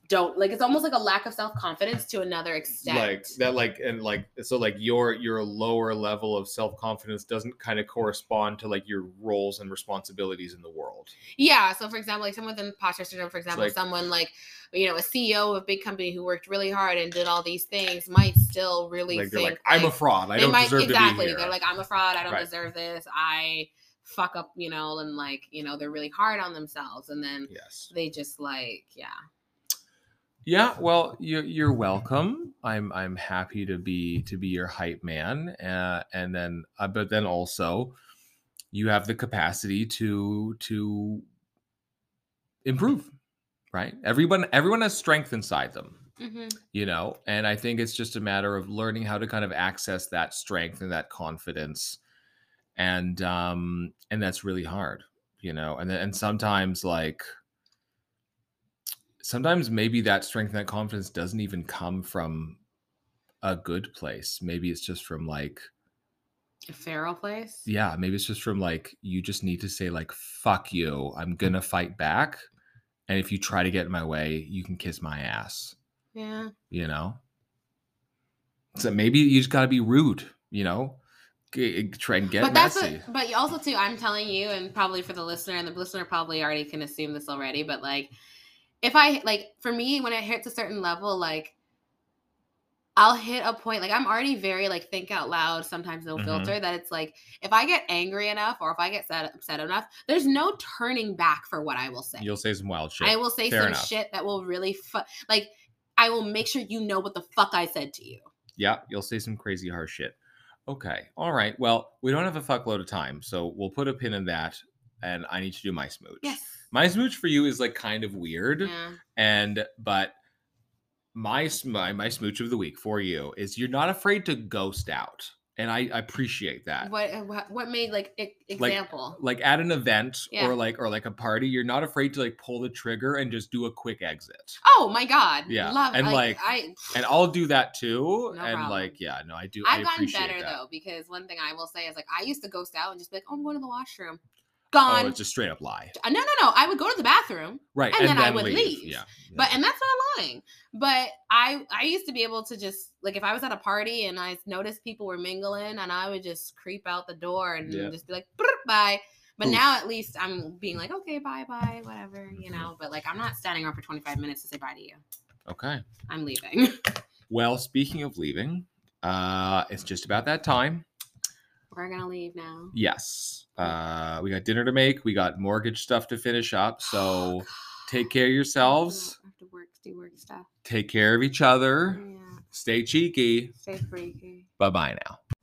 [SPEAKER 3] don't like it's almost like a lack of self-confidence to another extent.
[SPEAKER 2] like that like and like so like your your lower level of self-confidence doesn't kind of correspond to like your roles and responsibilities in the world
[SPEAKER 3] Yeah. So, for example, like someone within Posture Syndrome, for example,
[SPEAKER 2] like-
[SPEAKER 3] someone like, you know, a CEO of a big company who worked really hard and did all these things might still really
[SPEAKER 2] like they're
[SPEAKER 3] think,
[SPEAKER 2] like i'm a
[SPEAKER 3] like,
[SPEAKER 2] fraud i
[SPEAKER 3] they
[SPEAKER 2] don't
[SPEAKER 3] might-
[SPEAKER 2] deserve
[SPEAKER 3] exactly.
[SPEAKER 2] to be here
[SPEAKER 3] They're like, I'm a fraud. I don't
[SPEAKER 2] Right.
[SPEAKER 3] deserve this. I fuck up, you know, and like, you know, they're really hard on themselves. And then
[SPEAKER 2] yes
[SPEAKER 3] they just like, yeah.
[SPEAKER 2] yeah well you're, you're welcome i'm i'm happy to be to be your hype man uh, and then uh, but then also you have the capacity to to improve right everyone everyone has strength inside them
[SPEAKER 3] hmm
[SPEAKER 2] you know and i think it's just a matter of learning how to kind of access that strength and that confidence and um and that's really hard you know and then and sometimes like sometimes maybe that strength and that confidence doesn't even come from a good place maybe it's just from like
[SPEAKER 3] A feral place.
[SPEAKER 2] yeah maybe it's just from like you just need to say like fuck you i'm gonna fight back and if you try to get in my way you can kiss my ass
[SPEAKER 3] Yeah.
[SPEAKER 2] you know so maybe you just got to be rude you know G- eh, try and get
[SPEAKER 3] but that's
[SPEAKER 2] messy
[SPEAKER 3] what, but you also too i'm telling you and probably for the listener and the listener probably already can assume this already but like if i like for me when it hits a certain level like i'll hit a point like i'm already very like think out loud sometimes no
[SPEAKER 2] Mhm.
[SPEAKER 3] filter that it's like if i get angry enough or if i get sad, upset enough there's no turning back for what i will say
[SPEAKER 2] you'll say some wild shit
[SPEAKER 3] i will say
[SPEAKER 2] Fair
[SPEAKER 3] some
[SPEAKER 2] enough.
[SPEAKER 3] shit that will really fu- like i will make sure you know what the fuck i said to you
[SPEAKER 2] yeah you'll say some crazy harsh shit okay all right well we don't have a fuckload of time so we'll put a pin in that and i need to do my smooch
[SPEAKER 3] yes
[SPEAKER 2] my smooch for you is like kind of weird
[SPEAKER 3] yeah
[SPEAKER 2] and but my sm- my my smooch of the week for you is you're not afraid to ghost out and i appreciate that
[SPEAKER 3] what what- what made like e- example
[SPEAKER 2] like at an event
[SPEAKER 3] Yeah.
[SPEAKER 2] or like or like a party you're not afraid to like pull the trigger and just do a quick exit
[SPEAKER 3] Oh my god.
[SPEAKER 2] Yeah,
[SPEAKER 3] Love
[SPEAKER 2] and, like,
[SPEAKER 3] like, I
[SPEAKER 2] and i'll do that too
[SPEAKER 3] No
[SPEAKER 2] and
[SPEAKER 3] problem.
[SPEAKER 2] like yeah no i do
[SPEAKER 3] I've
[SPEAKER 2] I
[SPEAKER 3] gotten
[SPEAKER 2] appreciate
[SPEAKER 3] better
[SPEAKER 2] that.
[SPEAKER 3] though because one thing I will say is like I used to ghost out and just be like, Oh, I'm going to the washroom.
[SPEAKER 2] Oh,
[SPEAKER 3] gone.
[SPEAKER 2] it's a straight up lie.
[SPEAKER 3] Uh, no, no, no. I would go to the bathroom,
[SPEAKER 2] Right.
[SPEAKER 3] And then I would leave.
[SPEAKER 2] Yeah.
[SPEAKER 3] but and that's not lying. But I I used to be able to just like if I was at a party and I noticed people were mingling and I would just creep out the door and
[SPEAKER 2] Yeah.
[SPEAKER 3] just be like "Brr, bye. But
[SPEAKER 2] Oof.
[SPEAKER 3] now at least I'm being like okay bye bye whatever you
[SPEAKER 2] Mhm.
[SPEAKER 3] know. But like I'm not standing around for 25 minutes to say bye to you.
[SPEAKER 2] Okay.
[SPEAKER 3] I'm leaving.
[SPEAKER 2] Well, speaking of leaving, uh, it's just about that time.
[SPEAKER 3] We're gonna leave now.
[SPEAKER 2] Yes. Uh, we got dinner to make. We got mortgage stuff to finish up.
[SPEAKER 3] Oh,
[SPEAKER 2] So take care of yourselves.
[SPEAKER 3] I have to work, do work stuff.
[SPEAKER 2] Take care of each
[SPEAKER 3] Yeah,
[SPEAKER 2] other. Stay cheeky.
[SPEAKER 3] stay freaky.
[SPEAKER 2] Bye bye now.